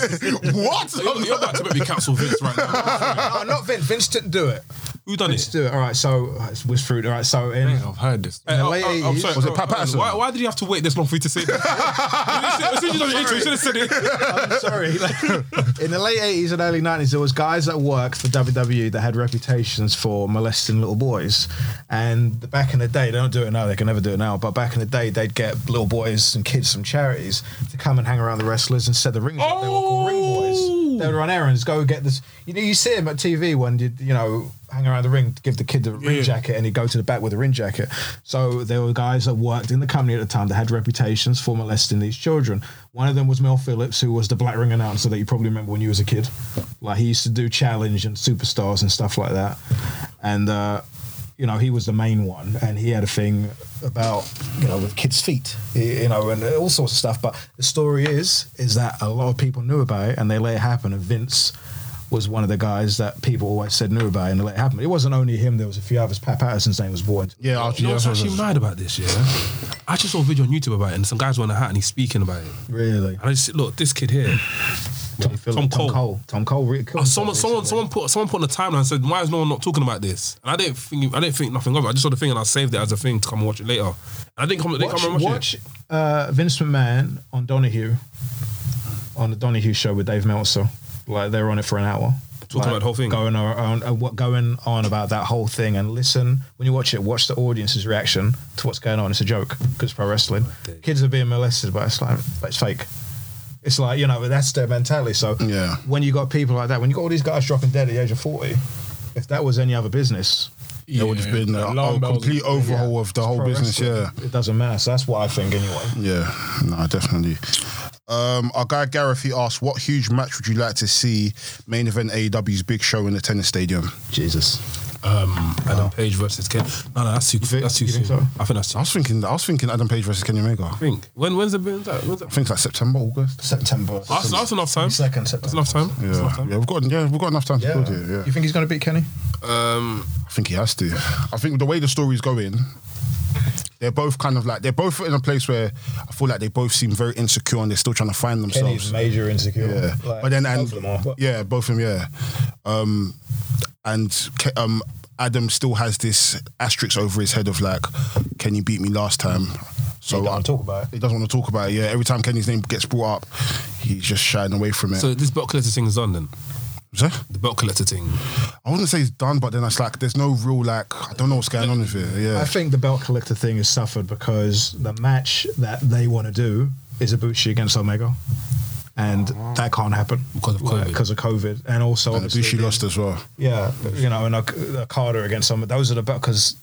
what? You're, you're about to make me cancel Vince right now. [laughs] no, not Vince. Vince didn't do it. Who done Vince it? Uh, did it. All right, so uh, it was through. All right, so in. I've heard this. Hey, I- I- late I'm 80s. oh, sorry, Was it uh, Pat Patterson? Why, why did you have to wait this long for you to say that? as soon as you done the intro, you should have said it. I'm sorry. Like, in the late eighties and early nineties, there was guys that worked for WWE that had reputations for molesting little boys. And the- back in the day, they don't do it now. They can never do it now. But back in the day, they'd get little boys and kids from charities to come and hang around the wrestlers and set the rings. up. They were called ring boys. They would run errands, go get this. You know, you see them at TV when you you know hang around the ring to give the kid the ring jacket and he'd go to the back with the ring jacket. So there were guys that worked in the company at the time that had reputations for molesting these children. One of them was Mel Phillips, who was the black ring announcer that you probably remember when you was a kid. Like he used to do challenge and superstars and stuff like that. And uh you know, he was the main one, and he had a thing about you know with kids' feet, y- you know, and all sorts of stuff. But the story is is that a lot of people knew about it, and they let it happen. And Vince was one of the guys that people always said knew about it and let it happen. It wasn't only him; there was a few others. Pat Patterson's name was born. Yeah, after You know yeah, what's that's actually what mad about this, yeah? I just saw a video on YouTube about it, and some guy's wearing a hat and he's speaking about it. Really, And I just look, this kid here. Tom, Phillips, Uh, Cole. Tom Cole. Tom Cole. really killed Oh, someone, himself someone, someone recently. put someone put on the timeline and said, "Why is no one not talking about this?" And I didn't think, I didn't think nothing of it. I just saw the thing and I saved it as a thing to come and watch it later. And I didn't come, didn't watch, come and watch, watch it. uh, Vince McMahon on Donahue on the Donahue show with Dave Meltzer. Like they're on it for an hour. Talking about the whole thing. Going on, on- uh, going on about that whole thing and listen when you watch it, watch the audience's reaction to what's going on. It's a joke because pro wrestling, Oh, kids are being molested, but it's like, but it's fake. It's like you know, but that's their mentality. So Yeah. when you got people like that, when you got all these guys dropping dead at the age of forty, if that was any other business, It would have been uh, a, alarm a bells. complete overhaul of the whole pro business. wrestling, Yeah, it doesn't matter. So that's what I think anyway. yeah, no, definitely. Um, our guy Gareth he asked, "What huge match would you like to see main event AEW's big show in the tennis stadium?" Jesus. Um, Adam Page versus Ken. No, no, that's too. That's too Oh. soon. you think so? I think that's too. I was thinking, I was thinking Adam Page versus Kenny Omega. I I think when when's the when's that? When's that? think it's like September, August. September. That's, that's enough time. Second That's September. enough time. Yeah, That's enough time. yeah, we've got yeah, we've got enough time to build it. Yeah, You think he's going to beat Kenny? Um, I think he has to. I think the way the story's going, they're both kind of like they're both in a place where I feel like they both seem very insecure and they're still trying to find themselves. Kenny's major insecure. Yeah, Like, but then both and of them are. yeah, both of them. Yeah, um, and Ke- um, Adam still has this asterisk over his head of like, can you beat me last time? So He I- doesn't talk about it. He doesn't want to talk about it. Yeah, every time Kenny's name gets brought up, he's just shying away from it. so this belt collector thing is done then. Is that- The belt collector thing. I wouldn't say it's done, but then it's like there's no real like I don't know what's going on with it. I Yeah, think the belt collector thing has suffered because the match that they want to do is Ibushi against Omega, and that can't happen Ah. Because of COVID. Because of COVID, and also and obviously Ibushi the- lost as well. Yeah, you know, and Ak- Okada against Omega. Those are the belt because.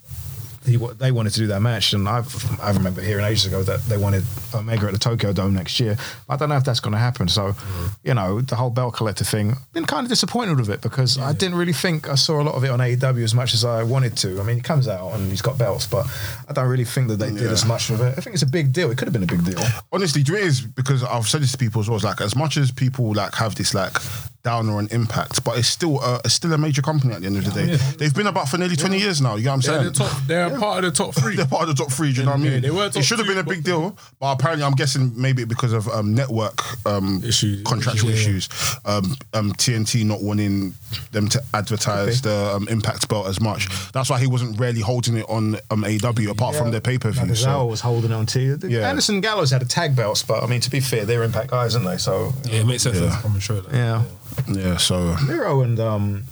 He, wa- they wanted to do that match, and I, I remember hearing ages ago that they wanted Omega at the Tokyo Dome next year. I don't know if that's going to happen. So, Mm. you know, the whole belt collector thing, been kind of disappointed with it because I didn't really think I saw a lot of it on AEW as much as I wanted to. I mean, he comes out and he's got belts, but I don't really think that they did Yeah. as much with it. I think it's a big deal. It could have been a big deal. honestly, do you know what it is because I've said this to people as well. It's like as much as people like have this like downer on impact, but it's still a, it's still a major company at the end of the day. They've been about for nearly twenty years now. You know what I'm They're, the saying? top, they're part of Oh, the top three. [laughs] They're part of the top three. Do you know what I Yeah, mean? they were top it should have three, been a big deal, but apparently, I'm guessing maybe because of um, network um, Issues. contractual Yeah. issues, um, um, TNT not wanting them to advertise the um, Impact belt as much. That's why he wasn't really holding it on um, AW apart from their pay per view. Nakazawa was holding on to. Yeah. Anderson Gallows had a tag belts, but I mean, to be fair, they're impact guys, aren't they? So, Yeah, it makes sense. Yeah. Yeah. I'm sure. Like, yeah. yeah, so Miro and um,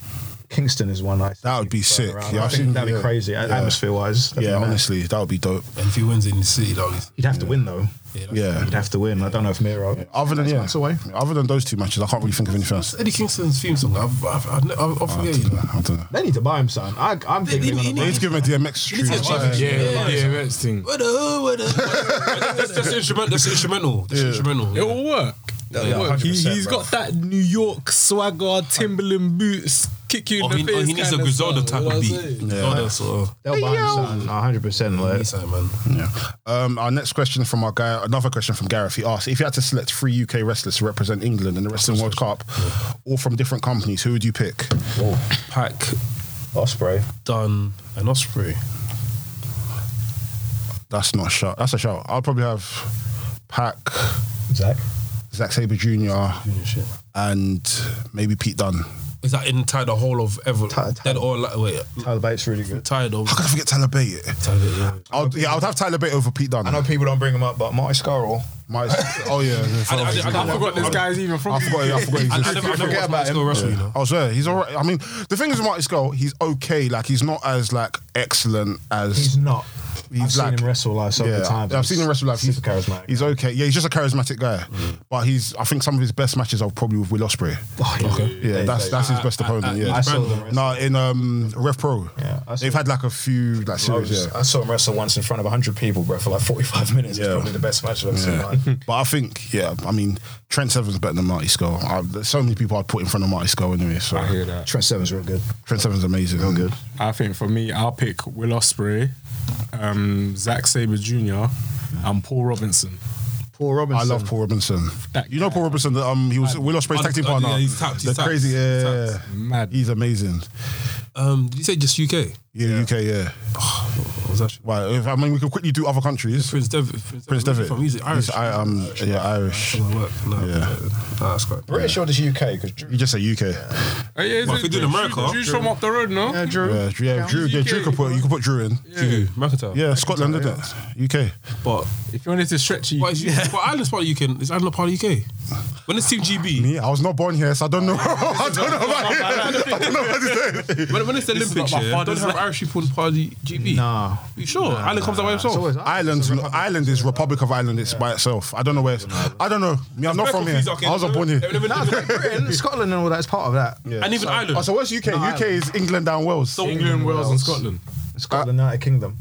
Kingston is one I That would be sick. Yeah, I I've think seen- that'd yeah. be crazy Yeah. atmosphere wise. yeah, honestly, that would be dope. And if he wins in the city, though, he's- you'd have to win though. yeah. that's- Yeah. You'd have to win. I don't know if Miro. Other than Six yeah, months away. other than those two matches, I can't really think of anything else. Eddie Kingston's theme song. I've, I've, I've, I've, I've Oh, I forget. don't you know. know. I don't know. They need to buy him something. I, I'm thinking. He- he They they're gonna need to give him a DMX tune. Yeah, or something. yeah, Yeah. Yeah, yeah, yeah, thing. What the, what the, what the- [laughs] that's, that's instrumental. That's instrumental. That's instrumental. It will work. It'll yeah, work. He, 100%, has bro. got that New York swagger, Timberland boots, kick you in Or the Oh, he, face. or he needs a kinda Griselda stuff, type you know of what beat. I'm saying? Griselda sort of. They'll buy him something. 100 percent He's late. like, man. Yeah. Um, our next question from our guy, another question from Gareth. He asked if you had to select three UK wrestlers to represent England in the Wrestling World Cup, all from different companies, who would you pick? Pack, Osprey. Dunn, and Osprey. That's not a shot. That's a shot. I'll probably have Pac, Zach. Zack Saber Jr., Shit. and maybe Pete Dunne. Is that in tied the whole of ever? Tied- Dead or like, wait, Tyler Bates really good. tied of. How could I forget Tyler Bate? Tied it, yeah. I'll, yeah, I would have Tyler Bate over Pete Dunne. I know people don't bring him up, but Marty Scurll. My, [laughs] oh yeah, I- I- I- I forgot this guy's even I from. forgot. I forgot. he I, I existed. never, I never forget watched about Mexico him. wrestle, you know. I swear, Oh, he's all right. I mean, the thing is with Marty Skull, he's okay. Like, he's not as, like, excellent as... He's not. He's I've like, seen him wrestle live several yeah, times. I've seen him wrestle live. Super He's charismatic. He's okay. Yeah, he's just a charismatic guy. But he's, I think some of his best matches are probably with Will Osprey. Oh, yeah. Yeah, that's that's his best opponent. Yeah, I saw them wrestle. No, in um Rev Pro. Yeah, I saw they've had like a few like I, series. was- Yeah. I saw him wrestle once in front of 100 people, bro, for like 45 minutes. It's Yeah. probably the best match I've ever seen. Yeah. man. but I think, yeah, I mean, Trent Seven's better than Marty Skull. I, there's so many people I'd put in front of Marty Skull anyway. So [laughs] that. Trent Seven's real good. Trent Seven's amazing. Oh, good. I think for me, I'll pick Will Osprey, um, Zack Saber Jr., and Paul Robinson. Paul I Robinson. love Paul Robinson. That you know Paul Robinson. That, um, he was Will Ospreay's Oh, tag team oh, yeah, partner. he's tapped, he's the tapped, crazy, he's yeah, tapped. Mad. he's amazing. Um, did you say just UK? Yeah, UK, yeah. What was that? Right, if, I mean, we could quickly do other countries. Prince Devitt. Prince, Prince Devitt. Devitt. From music, Irish. He's, I, um, yeah, Irish. Doesn't work. No, Yeah. Nah, that's great. British or just UK? Because You just say UK. Oh, yeah, Well, if we do the America- Drew's from up the road, no? Yeah, Drew. Yeah, Drew, yeah, Drew, yeah, Drew could put, you could put Drew in. Who? McIntyre. Yeah, Scotland did it. UK. But If you wanted to stretch you, But is, but Ireland's part of UK. Is Ireland part of UK? When it's Team GB, Me, I was not born here, so I don't know. [laughs] I don't know about it. I don't know what to say. when, when it's the Olympics, not my yeah, don't father's have land. Irish people in part of the GB. Nah. you sure? Ireland comes out by It's himself. always Ireland, Ireland is Republic of Ireland. It's by itself. I don't know where. It's, I don't know. Me, I'm not from here. I wasn't born here. Nah, it's Great Britain, Scotland, and all that is part of that. Yeah. And even So- Ireland. Oh, so what's UK? UK is England and Wales. England, Wales, and Scotland. Scotland, United Kingdom.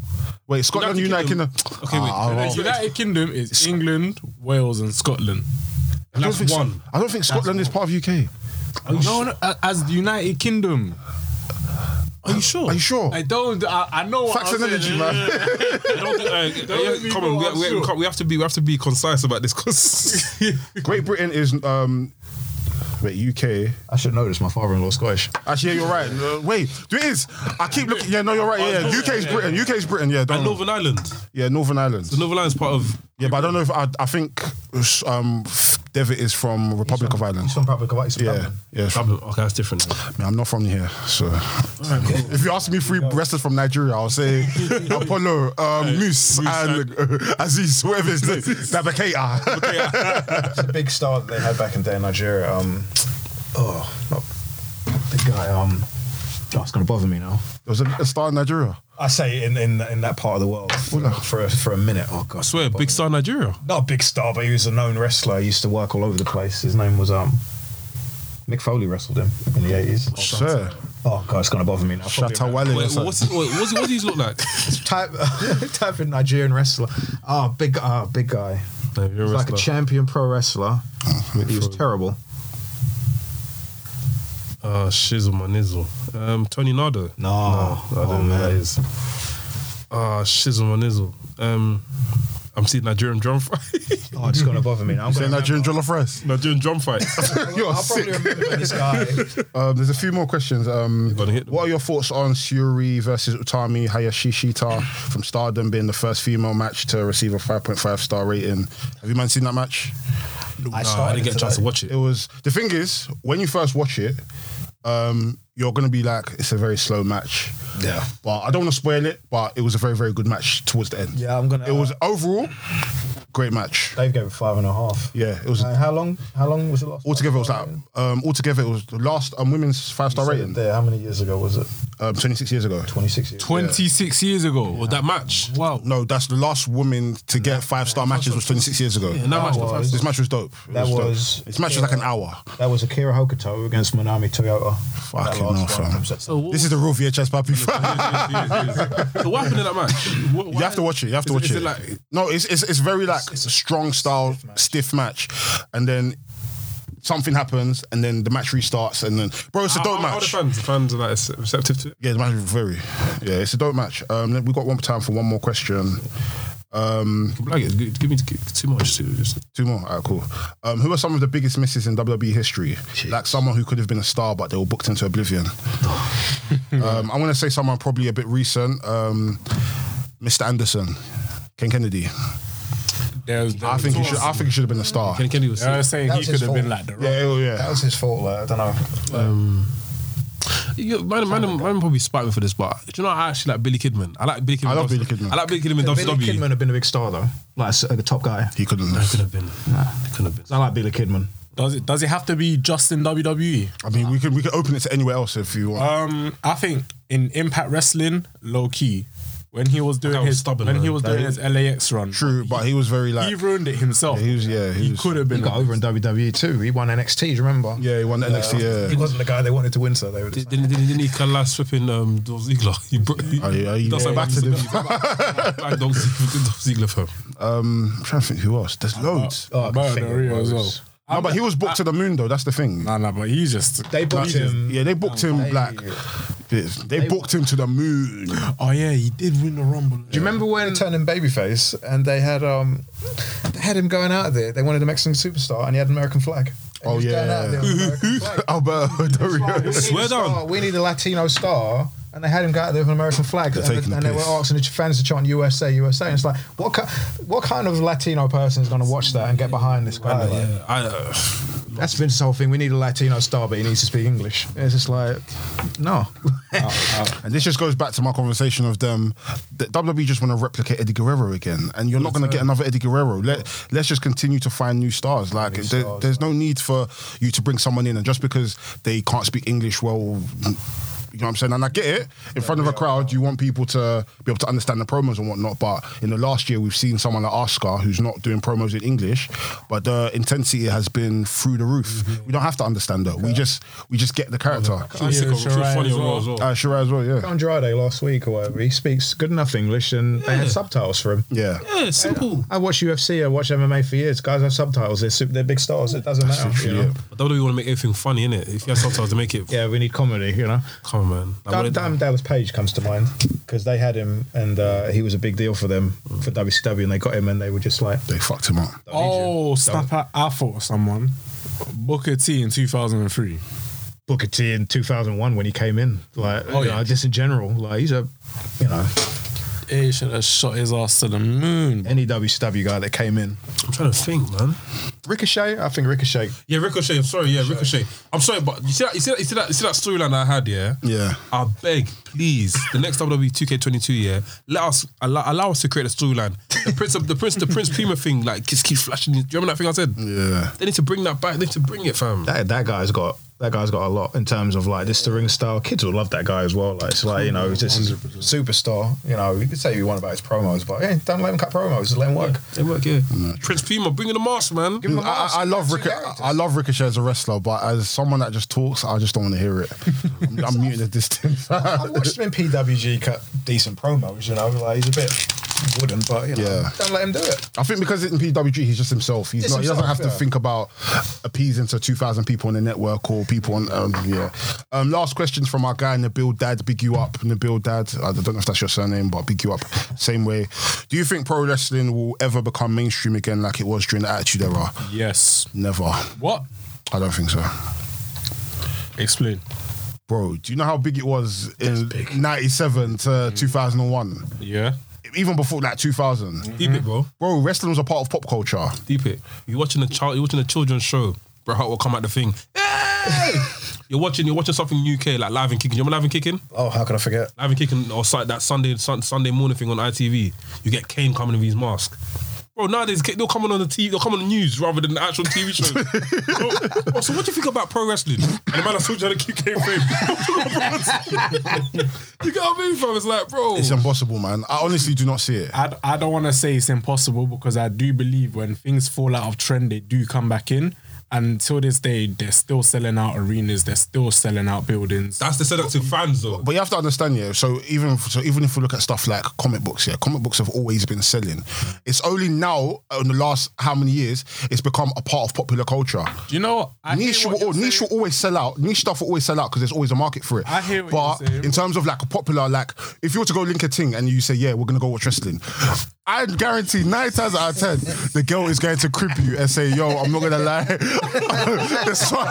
wait, Scotland, United United Kingdom. Okay, wait. Ah, United well. Kingdom. United Kingdom is England, Wales, and Scotland. I don't that's think- one. I don't think Scotland is part of UK. No, no, a- as the United Kingdom. Are you sure? Are you sure? I don't. I, I know. What Facts I'm and energy, saying. man. I don't think, uh, Don't yeah, let me come go, on, we, I'm we- we sure. can't- we have to be we have to be concise about this [laughs] because Great Britain is um. Wait, UK. I should know this. My father-in-law Scottish. Actually, yeah, you're right. Uh, wait, it is. I keep looking. Yeah, no, you're right. Yeah, yeah. UK is Britain. UK is Britain. Yeah, don't. Northern Ireland, Yeah, Northern Ireland. the Northern Ireland's part of Yeah, but I don't know if I. I think um, Devitt is from Republic of Ireland. He's from Republic of Ireland. Yeah, yeah. it's from- Dublin. Okay, that's different. then. Man, I'm not from here, so. If you ask me three wrestlers from Nigeria, I'll [laughs] say Apollo, um, Moose, and uh, [laughs] Aziz, [laughs] whoever his name is. Nabakata. It's a big star that they had back in the day in Nigeria. Um, oh, not the guy. Um, oh, it's gonna bother me now. There was a, a star in Nigeria. I say in in, in that part of the world for a, for a minute. Oh god, I swear, big star Nigeria. not a big star, but he was a known wrestler. He used to work all over the place. His name was um. Mick Foley wrestled him in the eighties. Sure. Oh god, it's gonna bother me now. Probably about- Shatawale. Wait, that's a- what's his, wait, what's, what does he look like? Type, [laughs] type in Nigerian wrestler. Ah, Oh, big, oh, big guy. He was [laughs] like a champion pro wrestler. Ah, He was terrible. Uh, shizzle my nizzle. Um, Tony Nardo. No. oh, I don't Oh, know who that is. Uh, shizzle my nizzle. Um, I'm seeing Nigerian drum fight. Oh, it's gonna bother me now. I'm Say gonna Nigerian jollof rice. Nigerian drum fight. [laughs] You're I'll sick. probably remember this [laughs] guy. Um, there's a few more questions. Um, gonna hit them. what are your thoughts on Suri versus Utami Hayashishita from Stardom being the first female match to receive a 5.5 star rating? Have you man seen that match? I, Nah, I started didn't get a today. chance to watch it. It was the thing is when you first watch it, um, you're gonna be like, it's a very slow match. Yeah. But I don't want to spoil it. But it was a very very good match towards the end. Yeah, I'm gonna. It was overall great match. Dave gave it five and a half. Yeah, it was Uh, how long? How long was it last? altogether. It was like um, altogether. It was the last um, women's five star rating There, how many years ago was it? um, 26 years ago. Twenty six years. 26 years ago. Or that match. [laughs] Wow. No, that's the last woman to get five star matches was 26 years ago. And that match wow. was This match was dope. It That dope. was- this match was like an hour. That was Akira Hokuto against Manami Toyota. Fucking That last hell, one. fam. So what, This is the real VHS puppy. [laughs] so what happened in that match? What, you have to watch it. You have to Is watch is it. like, no, it's, it's it's very like it's a strong style stiff match, and then something happens, and then the match restarts, and then bro, it's a how- dope how are the match. fans, the fans are like rece- receptive to it. Yeah, the match was very. Yeah, it's a dope match. Um, then we got one time for one more question. Um, Like it. Give me give, too much. Too, just, two more. All right, cool. Um, who are some of the biggest misses in WWE history? Like someone who could have been a star, but they were booked into oblivion. um, I'm gonna say someone probably a bit recent. Um, Mr. Anderson, Ken Kennedy. There's, I think he should. I think he should have been a star. Kenny Kennedy was I sick. was saying That he was his could have been like fault. the rock. Yeah, yeah, That yeah. was his fault. Like, I don't know. You, man, man, man, probably spite me for this, but do you know I actually like Billy Kidman. I like Billy Kidman. I love in Billy Kidman. I like Billy Kidman in E. Billy WWE. Kidman had been a big star, though. Like a, a top guy. He couldn't. Could have been. Could have been. I like Billy Kidman. Does it? Does it have to be just in E? WWE? I mean, we could we could open it to anywhere else if you want. Um, I think in Impact Wrestling, low key, when he was doing was his stubborn, when he man. was That doing is- his LAX run. True, but he was very like he ruined it himself. Yeah, he was- yeah, he he, was- could have He been. got over in WWE too. He won NXT. Do you remember? yeah, he won that next year. He wasn't the guy they wanted to win, so they would. Didn't, didn't, didn't he collapse flipping um, Dolph Ziggler? He, bro- he, Oh, yeah, he he- does yeah, a back he to the did. back Dolph Ziggler, Dolph Ziggler for him. Um, I'm trying to think who else. There's loads. uh, Oh, Roberto think it Rio as well. was- no, but he was booked to the moon though. That's the thing. Nah, nah, but he's just. They booked him. Yeah, they booked him like this. They, booked him to the moon. [laughs] Oh yeah, he did win the rumble. Do you remember when he turned him babyface and they had um they had him going out there? They wanted a Mexican superstar and he had an American flag. And he Oh was going out yeah, there with an [laughs] American flag. Alberto [laughs] We Dorios. need Swear a down. star. We need a Latino star. And they had him go out there with an American flag, and, taking the and they were piss. asking the fans to chant USA, USA. And it's like, what ki- what kind of Latino person is going to watch that and get behind this guy? Oh, Like, Yeah, I, uh, That's Vince's whole thing. We need a Latino star, but he needs to speak English. And it's just like, [laughs] no. Uh, And this just goes back to my conversation of them. The WWE just want to replicate Eddie Guerrero again, and you're not going to get another Eddie Guerrero. Let Let's just continue to find new stars. Like there, there's no need for you to bring someone in, and just because they can't speak English well. You know what I'm saying? And I get it. In front of a crowd, you want people to be able to understand the promos and whatnot. But in the last year, we've seen someone like Oscar who's not doing promos in English, but the intensity has been through the roof. We don't have to understand her. We just we just get Mm-hmm. the character. she was sick of- she was Shirai funny as on Raw well. as well. Uh, Shirai as well, yeah. Andrade last week or whatever, he speaks good enough English, and they had subtitles for him. Yeah. yeah, simple. I watch UFC, I watch MMA for years. Guys have subtitles. They're super, they're big stars. It doesn't matter. you know? Yeah. But WWE want to make everything funny, innit? If you have subtitles to make it, Yeah, we need comedy. You know. come on, man. Like, what Dan, it- Dan Dallas Page comes to mind because they had him and uh, he was a big deal for them for WCW and they got him and they were just like, They fucked him up. Oh, snap at I thought someone. Booker T in 2003. Booker T in 2001 when he came in. Like, Oh, you yeah. know, just in general, like he's a, you know, He should have shot his ass to the moon. any WCW guy that came in. I'm trying to think, man. Ricochet, I think Ricochet. Yeah, Ricochet. I'm sorry. Yeah, Ricochet. I'm sorry, but you see that you see that you see that, you see that storyline I had. Yeah. Yeah. I beg, please, the next E WWE 2K22 year, let us allow, allow us to create a storyline. The Prince, of, the Prince, the Prince Pima thing, like just keep flashing. Do you remember that thing I said? Yeah. They need to bring that back. They need to bring it, fam. That, that guy's got. That guy's got a lot in terms of like this the ring style. Kids will love that guy as well. Like it's like you know he's just a superstar. You know you could say you want about his promos, but yeah, don't let him cut promos. Just let him work. They work, yeah. Prince Pima, bringing the mask, man. him a I, mask. I love Two Rico- characters. I love Ricochet as a wrestler, but as someone that just talks, I just don't want to hear it. I'm, I'm muting at this thing. I watched him in PWG cut decent promos, you know, like he's a bit wooden, but you know, Yeah. don't let him do it. I think because in PWG he's just himself. He's Just not. he himself, doesn't have yeah. to think about appeasing to two thousand people on the network or people on. Um, yeah. Um, last questions from our guy Nabil Dad. Big you up, Nabil Dad. I don't know if that's your surname, but big you up. Same way. Do you think pro wrestling will ever become mainstream again like it was during the Attitude Era? Yes. Never. What? I don't think so. Explain. Bro, do you know how big it was in '97 to Mm. 2001? Yeah. Even before like 2000. Mm. Deep it, bro. Bro, wrestling was a part of pop culture. Deep it. You're watching a child. You're watching a children's show. Bret Hart will come at the thing. Hey! you're watching. You're watching something UK like live and kicking. You remember live and kicking? Oh, how can I forget? Live and kicking or si- that Sunday sun, Sunday morning thing on ITV. You get Kane coming with his mask. Bro, nowadays Kane- they'll come on on the TV, they'll come on the news rather than the actual TV shows. bro, bro, so what do you think about pro wrestling? And the man I told you how to keep Kane fame. [laughs] you got me, fam. It's like, bro. It's impossible, man. I honestly do not see it. I, I don't want to say it's impossible because I do believe when things fall out of trend, they do come back in. And till this day, they're still selling out arenas. They're still selling out buildings. that's the seductive fans though. But you have to understand, yeah. So even so, even if we look at stuff like comic books, yeah, comic books have always been selling. It's only now, uh, in the last how many years, it's become a part of popular culture. you know, I hear niche what will, you're niche saying. will always sell out. Niche stuff will always sell out because there's always a market for it. I hear what but you're saying. in terms of like a popular, like if you were to go link a thing and you say, yeah, we're gonna go watch wrestling, I guarantee nine times out of ten, the girl is going to crib you and say, yo, I'm not gonna lie, [laughs] it's not,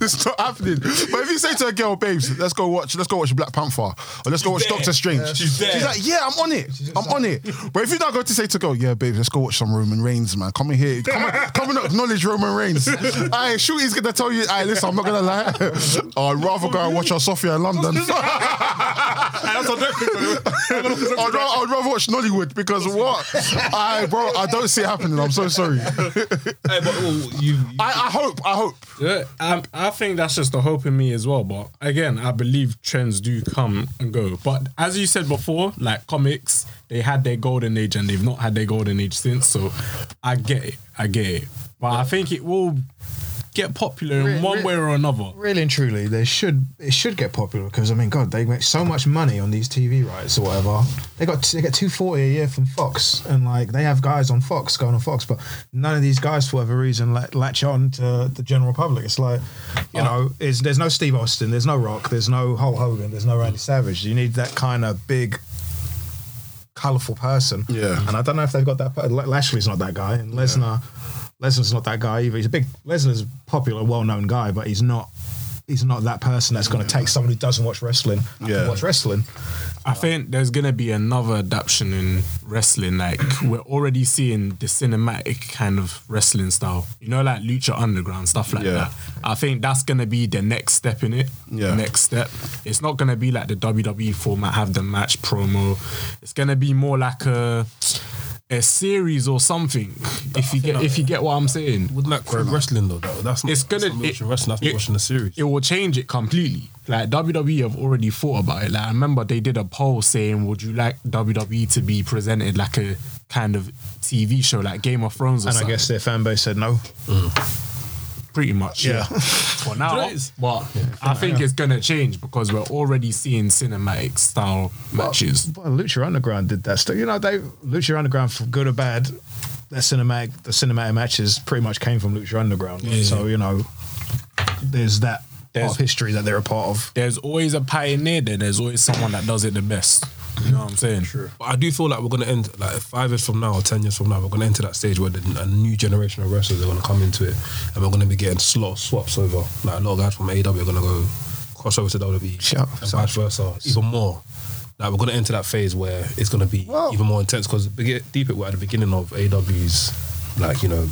it's not happening. But if you say to a girl, babes, let's go watch, let's go watch Black Panther or let's go watch there. Doctor Strange, Yeah. She's there. like, yeah, I'm on it, I'm on it. But if you don't go to say to a girl, yeah, babes, let's go watch some Roman Reigns, man, come in here, come, on- come and acknowledge Roman Reigns. Aye, Shooty's gonna tell you, aye, listen, I'm not gonna lie, [laughs] I'd rather go and watch her Sophia in London. That's on Netflix. I'd, ra- I'd rather watch Nollywood [laughs] because what? I bro, I don't see it happening. I'm so sorry. Hey, but, oh, you, you, I I, I hope. I hope. Yeah, I, I think that's just the hope in me as well. But again, I believe trends do come and go. But as you said before, like comics, they had their golden age and they've not had their golden age since. So I get it. I get it. But I think it will get popular in Re- one re- way or another. Really and truly, they should it should get popular because I mean, God, they make so much money on these TV rights or whatever. They got they get two forty a year from Fox, and like they have guys on Fox going on Fox, but none of these guys for whatever reason la- latch on to the general public. It's like you know, is there's no Steve Austin, there's no Rock, there's no Hulk Hogan, there's no Randy Savage. You need that kind of big. Colorful person, Yeah. and I don't know if they've got that. per- La- Lashley's not that guy, and Lesnar, Lesnar's not that guy either. He's a big Lesnar's a popular, well-known guy, but he's not he's not that person that's going to take someone who doesn't watch wrestling Yeah. to watch wrestling. I think there's gonna be another adaptation in [clears throat] wrestling. Like we're already seeing the cinematic kind of wrestling style. You know, like Lucha Underground stuff like Yeah. that. I think that's gonna be the next step in it. Yeah. The next step. It's not gonna be like the WWE format, have the match promo. It's gonna be more like a a series or something. If you get if you get what I'm saying. Wouldn't that create wrestling though? That, that's not, It's gonna that's not it- watching wrestling. That's not it- watching the series. It will change it completely. Like WWE have already thought about it. Like I remember they did a poll saying, "Would you like WWE to be presented like a kind of TV show, like Game of Thrones?" Or And I something? guess their fan base said no. pretty much. Yeah. [laughs] For now, what it is? but I think it's gonna change because we're already seeing cinematic style matches. But Lucha Underground did that stuff. You know, they Lucha Underground for good or bad, their cinematic the cinematic matches pretty much came from Lucha Underground. So you know, there's that There's- part of history that they're a part of. There's always a pioneer there. There's always someone that does it the best. You know what I'm saying? True. But I do feel like we're gonna end like five years from now or ten years from now, we're gonna enter that stage where the, a new generation of wrestlers are gonna come into it, and we're gonna be getting slot swaps over. Like a lot of guys from AEW are gonna go cross over to WWE, Shut up, and Sam. vice versa, even more. Like we're gonna enter that phase where it's gonna be even more intense because deep it we're at the beginning of AEW's. Like you know,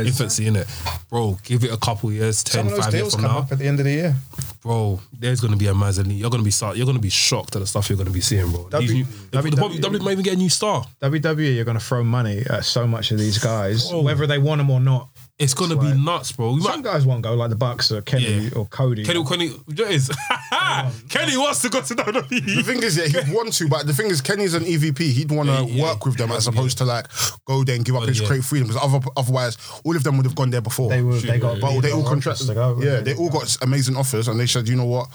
infancy in it, bro. Give it a couple years, 10, 5 years from now, at the end of the year. bro. There's gonna be a Mazzolini. You're gonna be so- you're gonna be shocked at the stuff you're gonna be seeing, bro. These W- new, W- the probably, W- might even get a new star. WWE, you're going to E throw money at so much of these guys, Bro. whether they want them or not. It's gonna be like- nuts, bro. We Some might, guys won't go, like the Bucks or Kenny Yeah. or Cody. Kenny, Kenny, you know what it is [laughs] Kenny wants to go to E. The WWE. thing is, yeah, he'd want to, but the thing is, Kenny's an EVP. He'd want to Yeah, yeah. work with them as opposed to like go there and give up Oh, his yeah. creative freedom because other, otherwise, all of them would have gone there before. They were. They got. But big they all offers contracted. to go. Yeah, they all got amazing offers, and they said, you know what,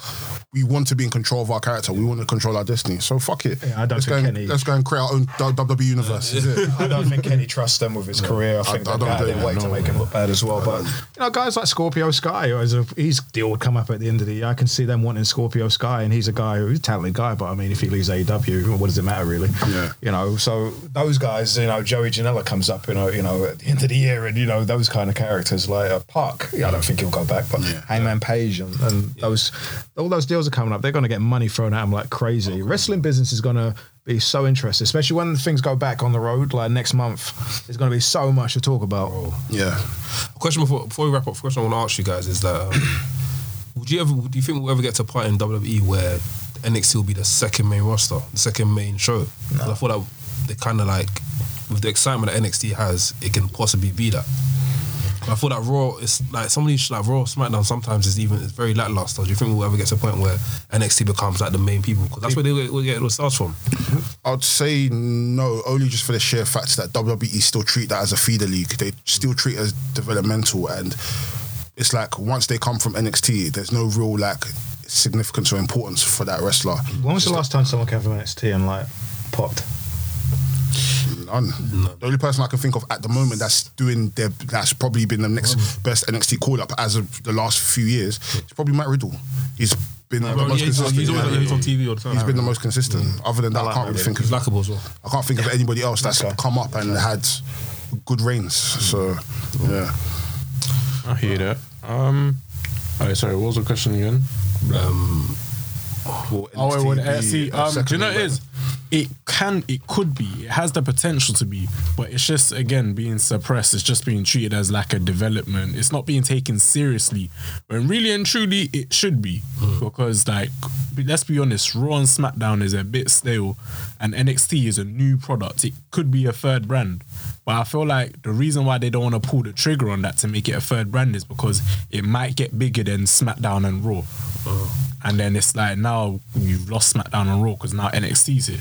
we want to be in control of our character. We want to control our destiny. So fuck it. Yeah, I don't let's go think and, Kenny- Let's go and create our own WWE universe. Is it? I don't think Kenny trusts them with his career. I think I- I they've don't got blame a way him, to no, make him look bad as well. But you know, guys like Scorpio Sky, who is a, his deal would come up at the end of the year. I can see them wanting Scorpio Sky, and he's a guy who's a talented guy. But I mean, if he leaves AEW, what does it matter really? Yeah. You know, so those guys, you know, Joey Janela comes up, you know, you know, at the end of the year, and you know those kind of characters like uh, Park. Yeah, I don't think he'll go back, but Yeah. Hangman Page and, and those, all those deals are coming up. They're going to get money thrown at them like crazy. Wrestling business is going to be so interesting, especially when things go back on the road. Like next month, there's going to be so much to talk about. yeah. question before before we wrap up, question I want to ask you guys is that um, would you ever do you think we'll ever get to a point in WWE where NXT will be the second main roster, the second main show? 'Cause I feel like they kind of like with the excitement that NXT has, it can possibly be that. But I feel that Raw is like some of these like Raw SmackDown sometimes is even it's very lackluster. Do you think we'll ever get to a point where NXT becomes like the main people? Because that's where they will get their stars from. I'd say no, only just for the sheer fact that WWE still treat that as a feeder league. They still treat it as developmental, and it's like once they come from NXT, there's no real like significance or importance for that wrestler. When was the last time someone came from NXT and like popped? None. The only person I can think of at the moment that's doing their that's probably been the next Mm. best NXT call up as of the last few years is probably Matt Riddle. He's been the Well, most yeah, he's, consistent. he's always Yeah. like, he's on TV all the time. Mm. He's been the most consistent. Other than that, I, like can't Matt really think He's of likable as well. I can't think of anybody else that's Okay. come up and had good reigns. So yeah. I hear that. Um. Oh, sorry. What was the question again? Um, Oh, it would. Uh, see, um, do you know what it is? It can, it could be, it has the potential to be, but it's just again being suppressed. It's just being treated as like a development. It's not being taken seriously, when really and truly it should be, because like, be- let's be honest, Raw and SmackDown is a bit stale, and NXT is a new product. It could be a third brand. But I feel like the reason why they don't want to pull the trigger on that to make it a third brand is because it might get bigger than SmackDown and Raw. And then it's like now you've lost SmackDown and Raw because now NXT's it.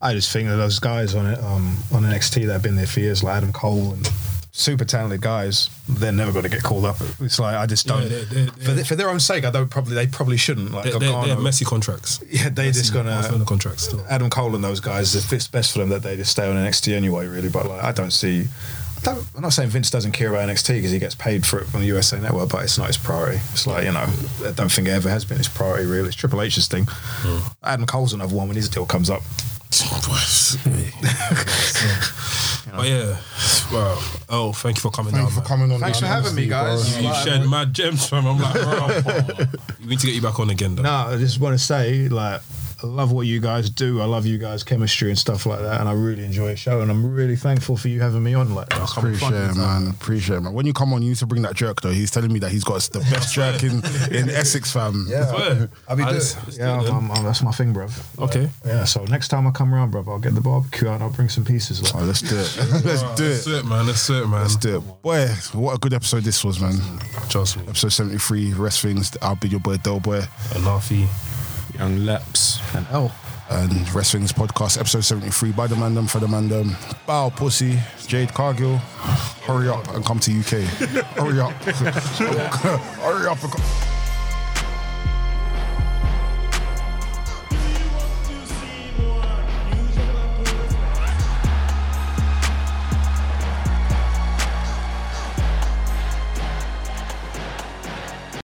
I just think that those guys on it um, on NXT that have been there for years, like Adam Cole and super talented guys, they're never going to get called up. It's like I just don't. Yeah, they're- they're- for, the, for their own sake, I don't probably they probably shouldn't. Like They, they, they Gargano, have messy contracts. yeah, they just Barcelona gonna. contracts. Still. Adam Cole and those guys, if it's best for them that they just stay on NXT anyway, really. But like, I don't see. I don't, I'm not saying Vince doesn't care about NXT because he gets paid for it on the USA Network, but it's not his priority. It's like you know, I don't think it ever has been his priority. Really, it's Triple H's thing. Adam Cole's another one when his deal comes up. [laughs] But Oh, yeah, wow. Oh, thank you for coming down, Thank you for man. coming on. Thanks for man. having Honestly, me, guys. bro. You Like, shared mad gems, fam. I'm [laughs] like, bro, we need to get you back on again, though. No, I just want to say, like, I love what you guys do. I love you guys' chemistry and stuff like that, and I really enjoy your show. And I'm really thankful for you having me on. Like, that. Appreciate it, man. Appreciate it, man. When you come on, you need to bring that jerk though. He's telling me that he's got the best jerk in, [laughs] in Essex, fam. Swear. I'll be Ah, doing let's- it. let's do yeah, it then. I'm, I'm, I'm- that's my thing, bruv. Okay. Yeah, so next time I come around, bruv, I'll get the barbecue out and I'll bring some pieces. Like. Oh, let's do [laughs] it. let's Alright, do Let's do it. it, man. Let's do it, man. Let's do it. Boy, what a good episode this was, man. Trust me. Episode 73, Rest Things. I'll be your boy, Del Boy. Anafi. Young Leps. And L. And Rest Things podcast, episode 73, by the Mandem for the Mandem. Bow, pussy, Jade Cargill. [laughs] Hurry up and come to UK. Hurry up. Hurry up and come.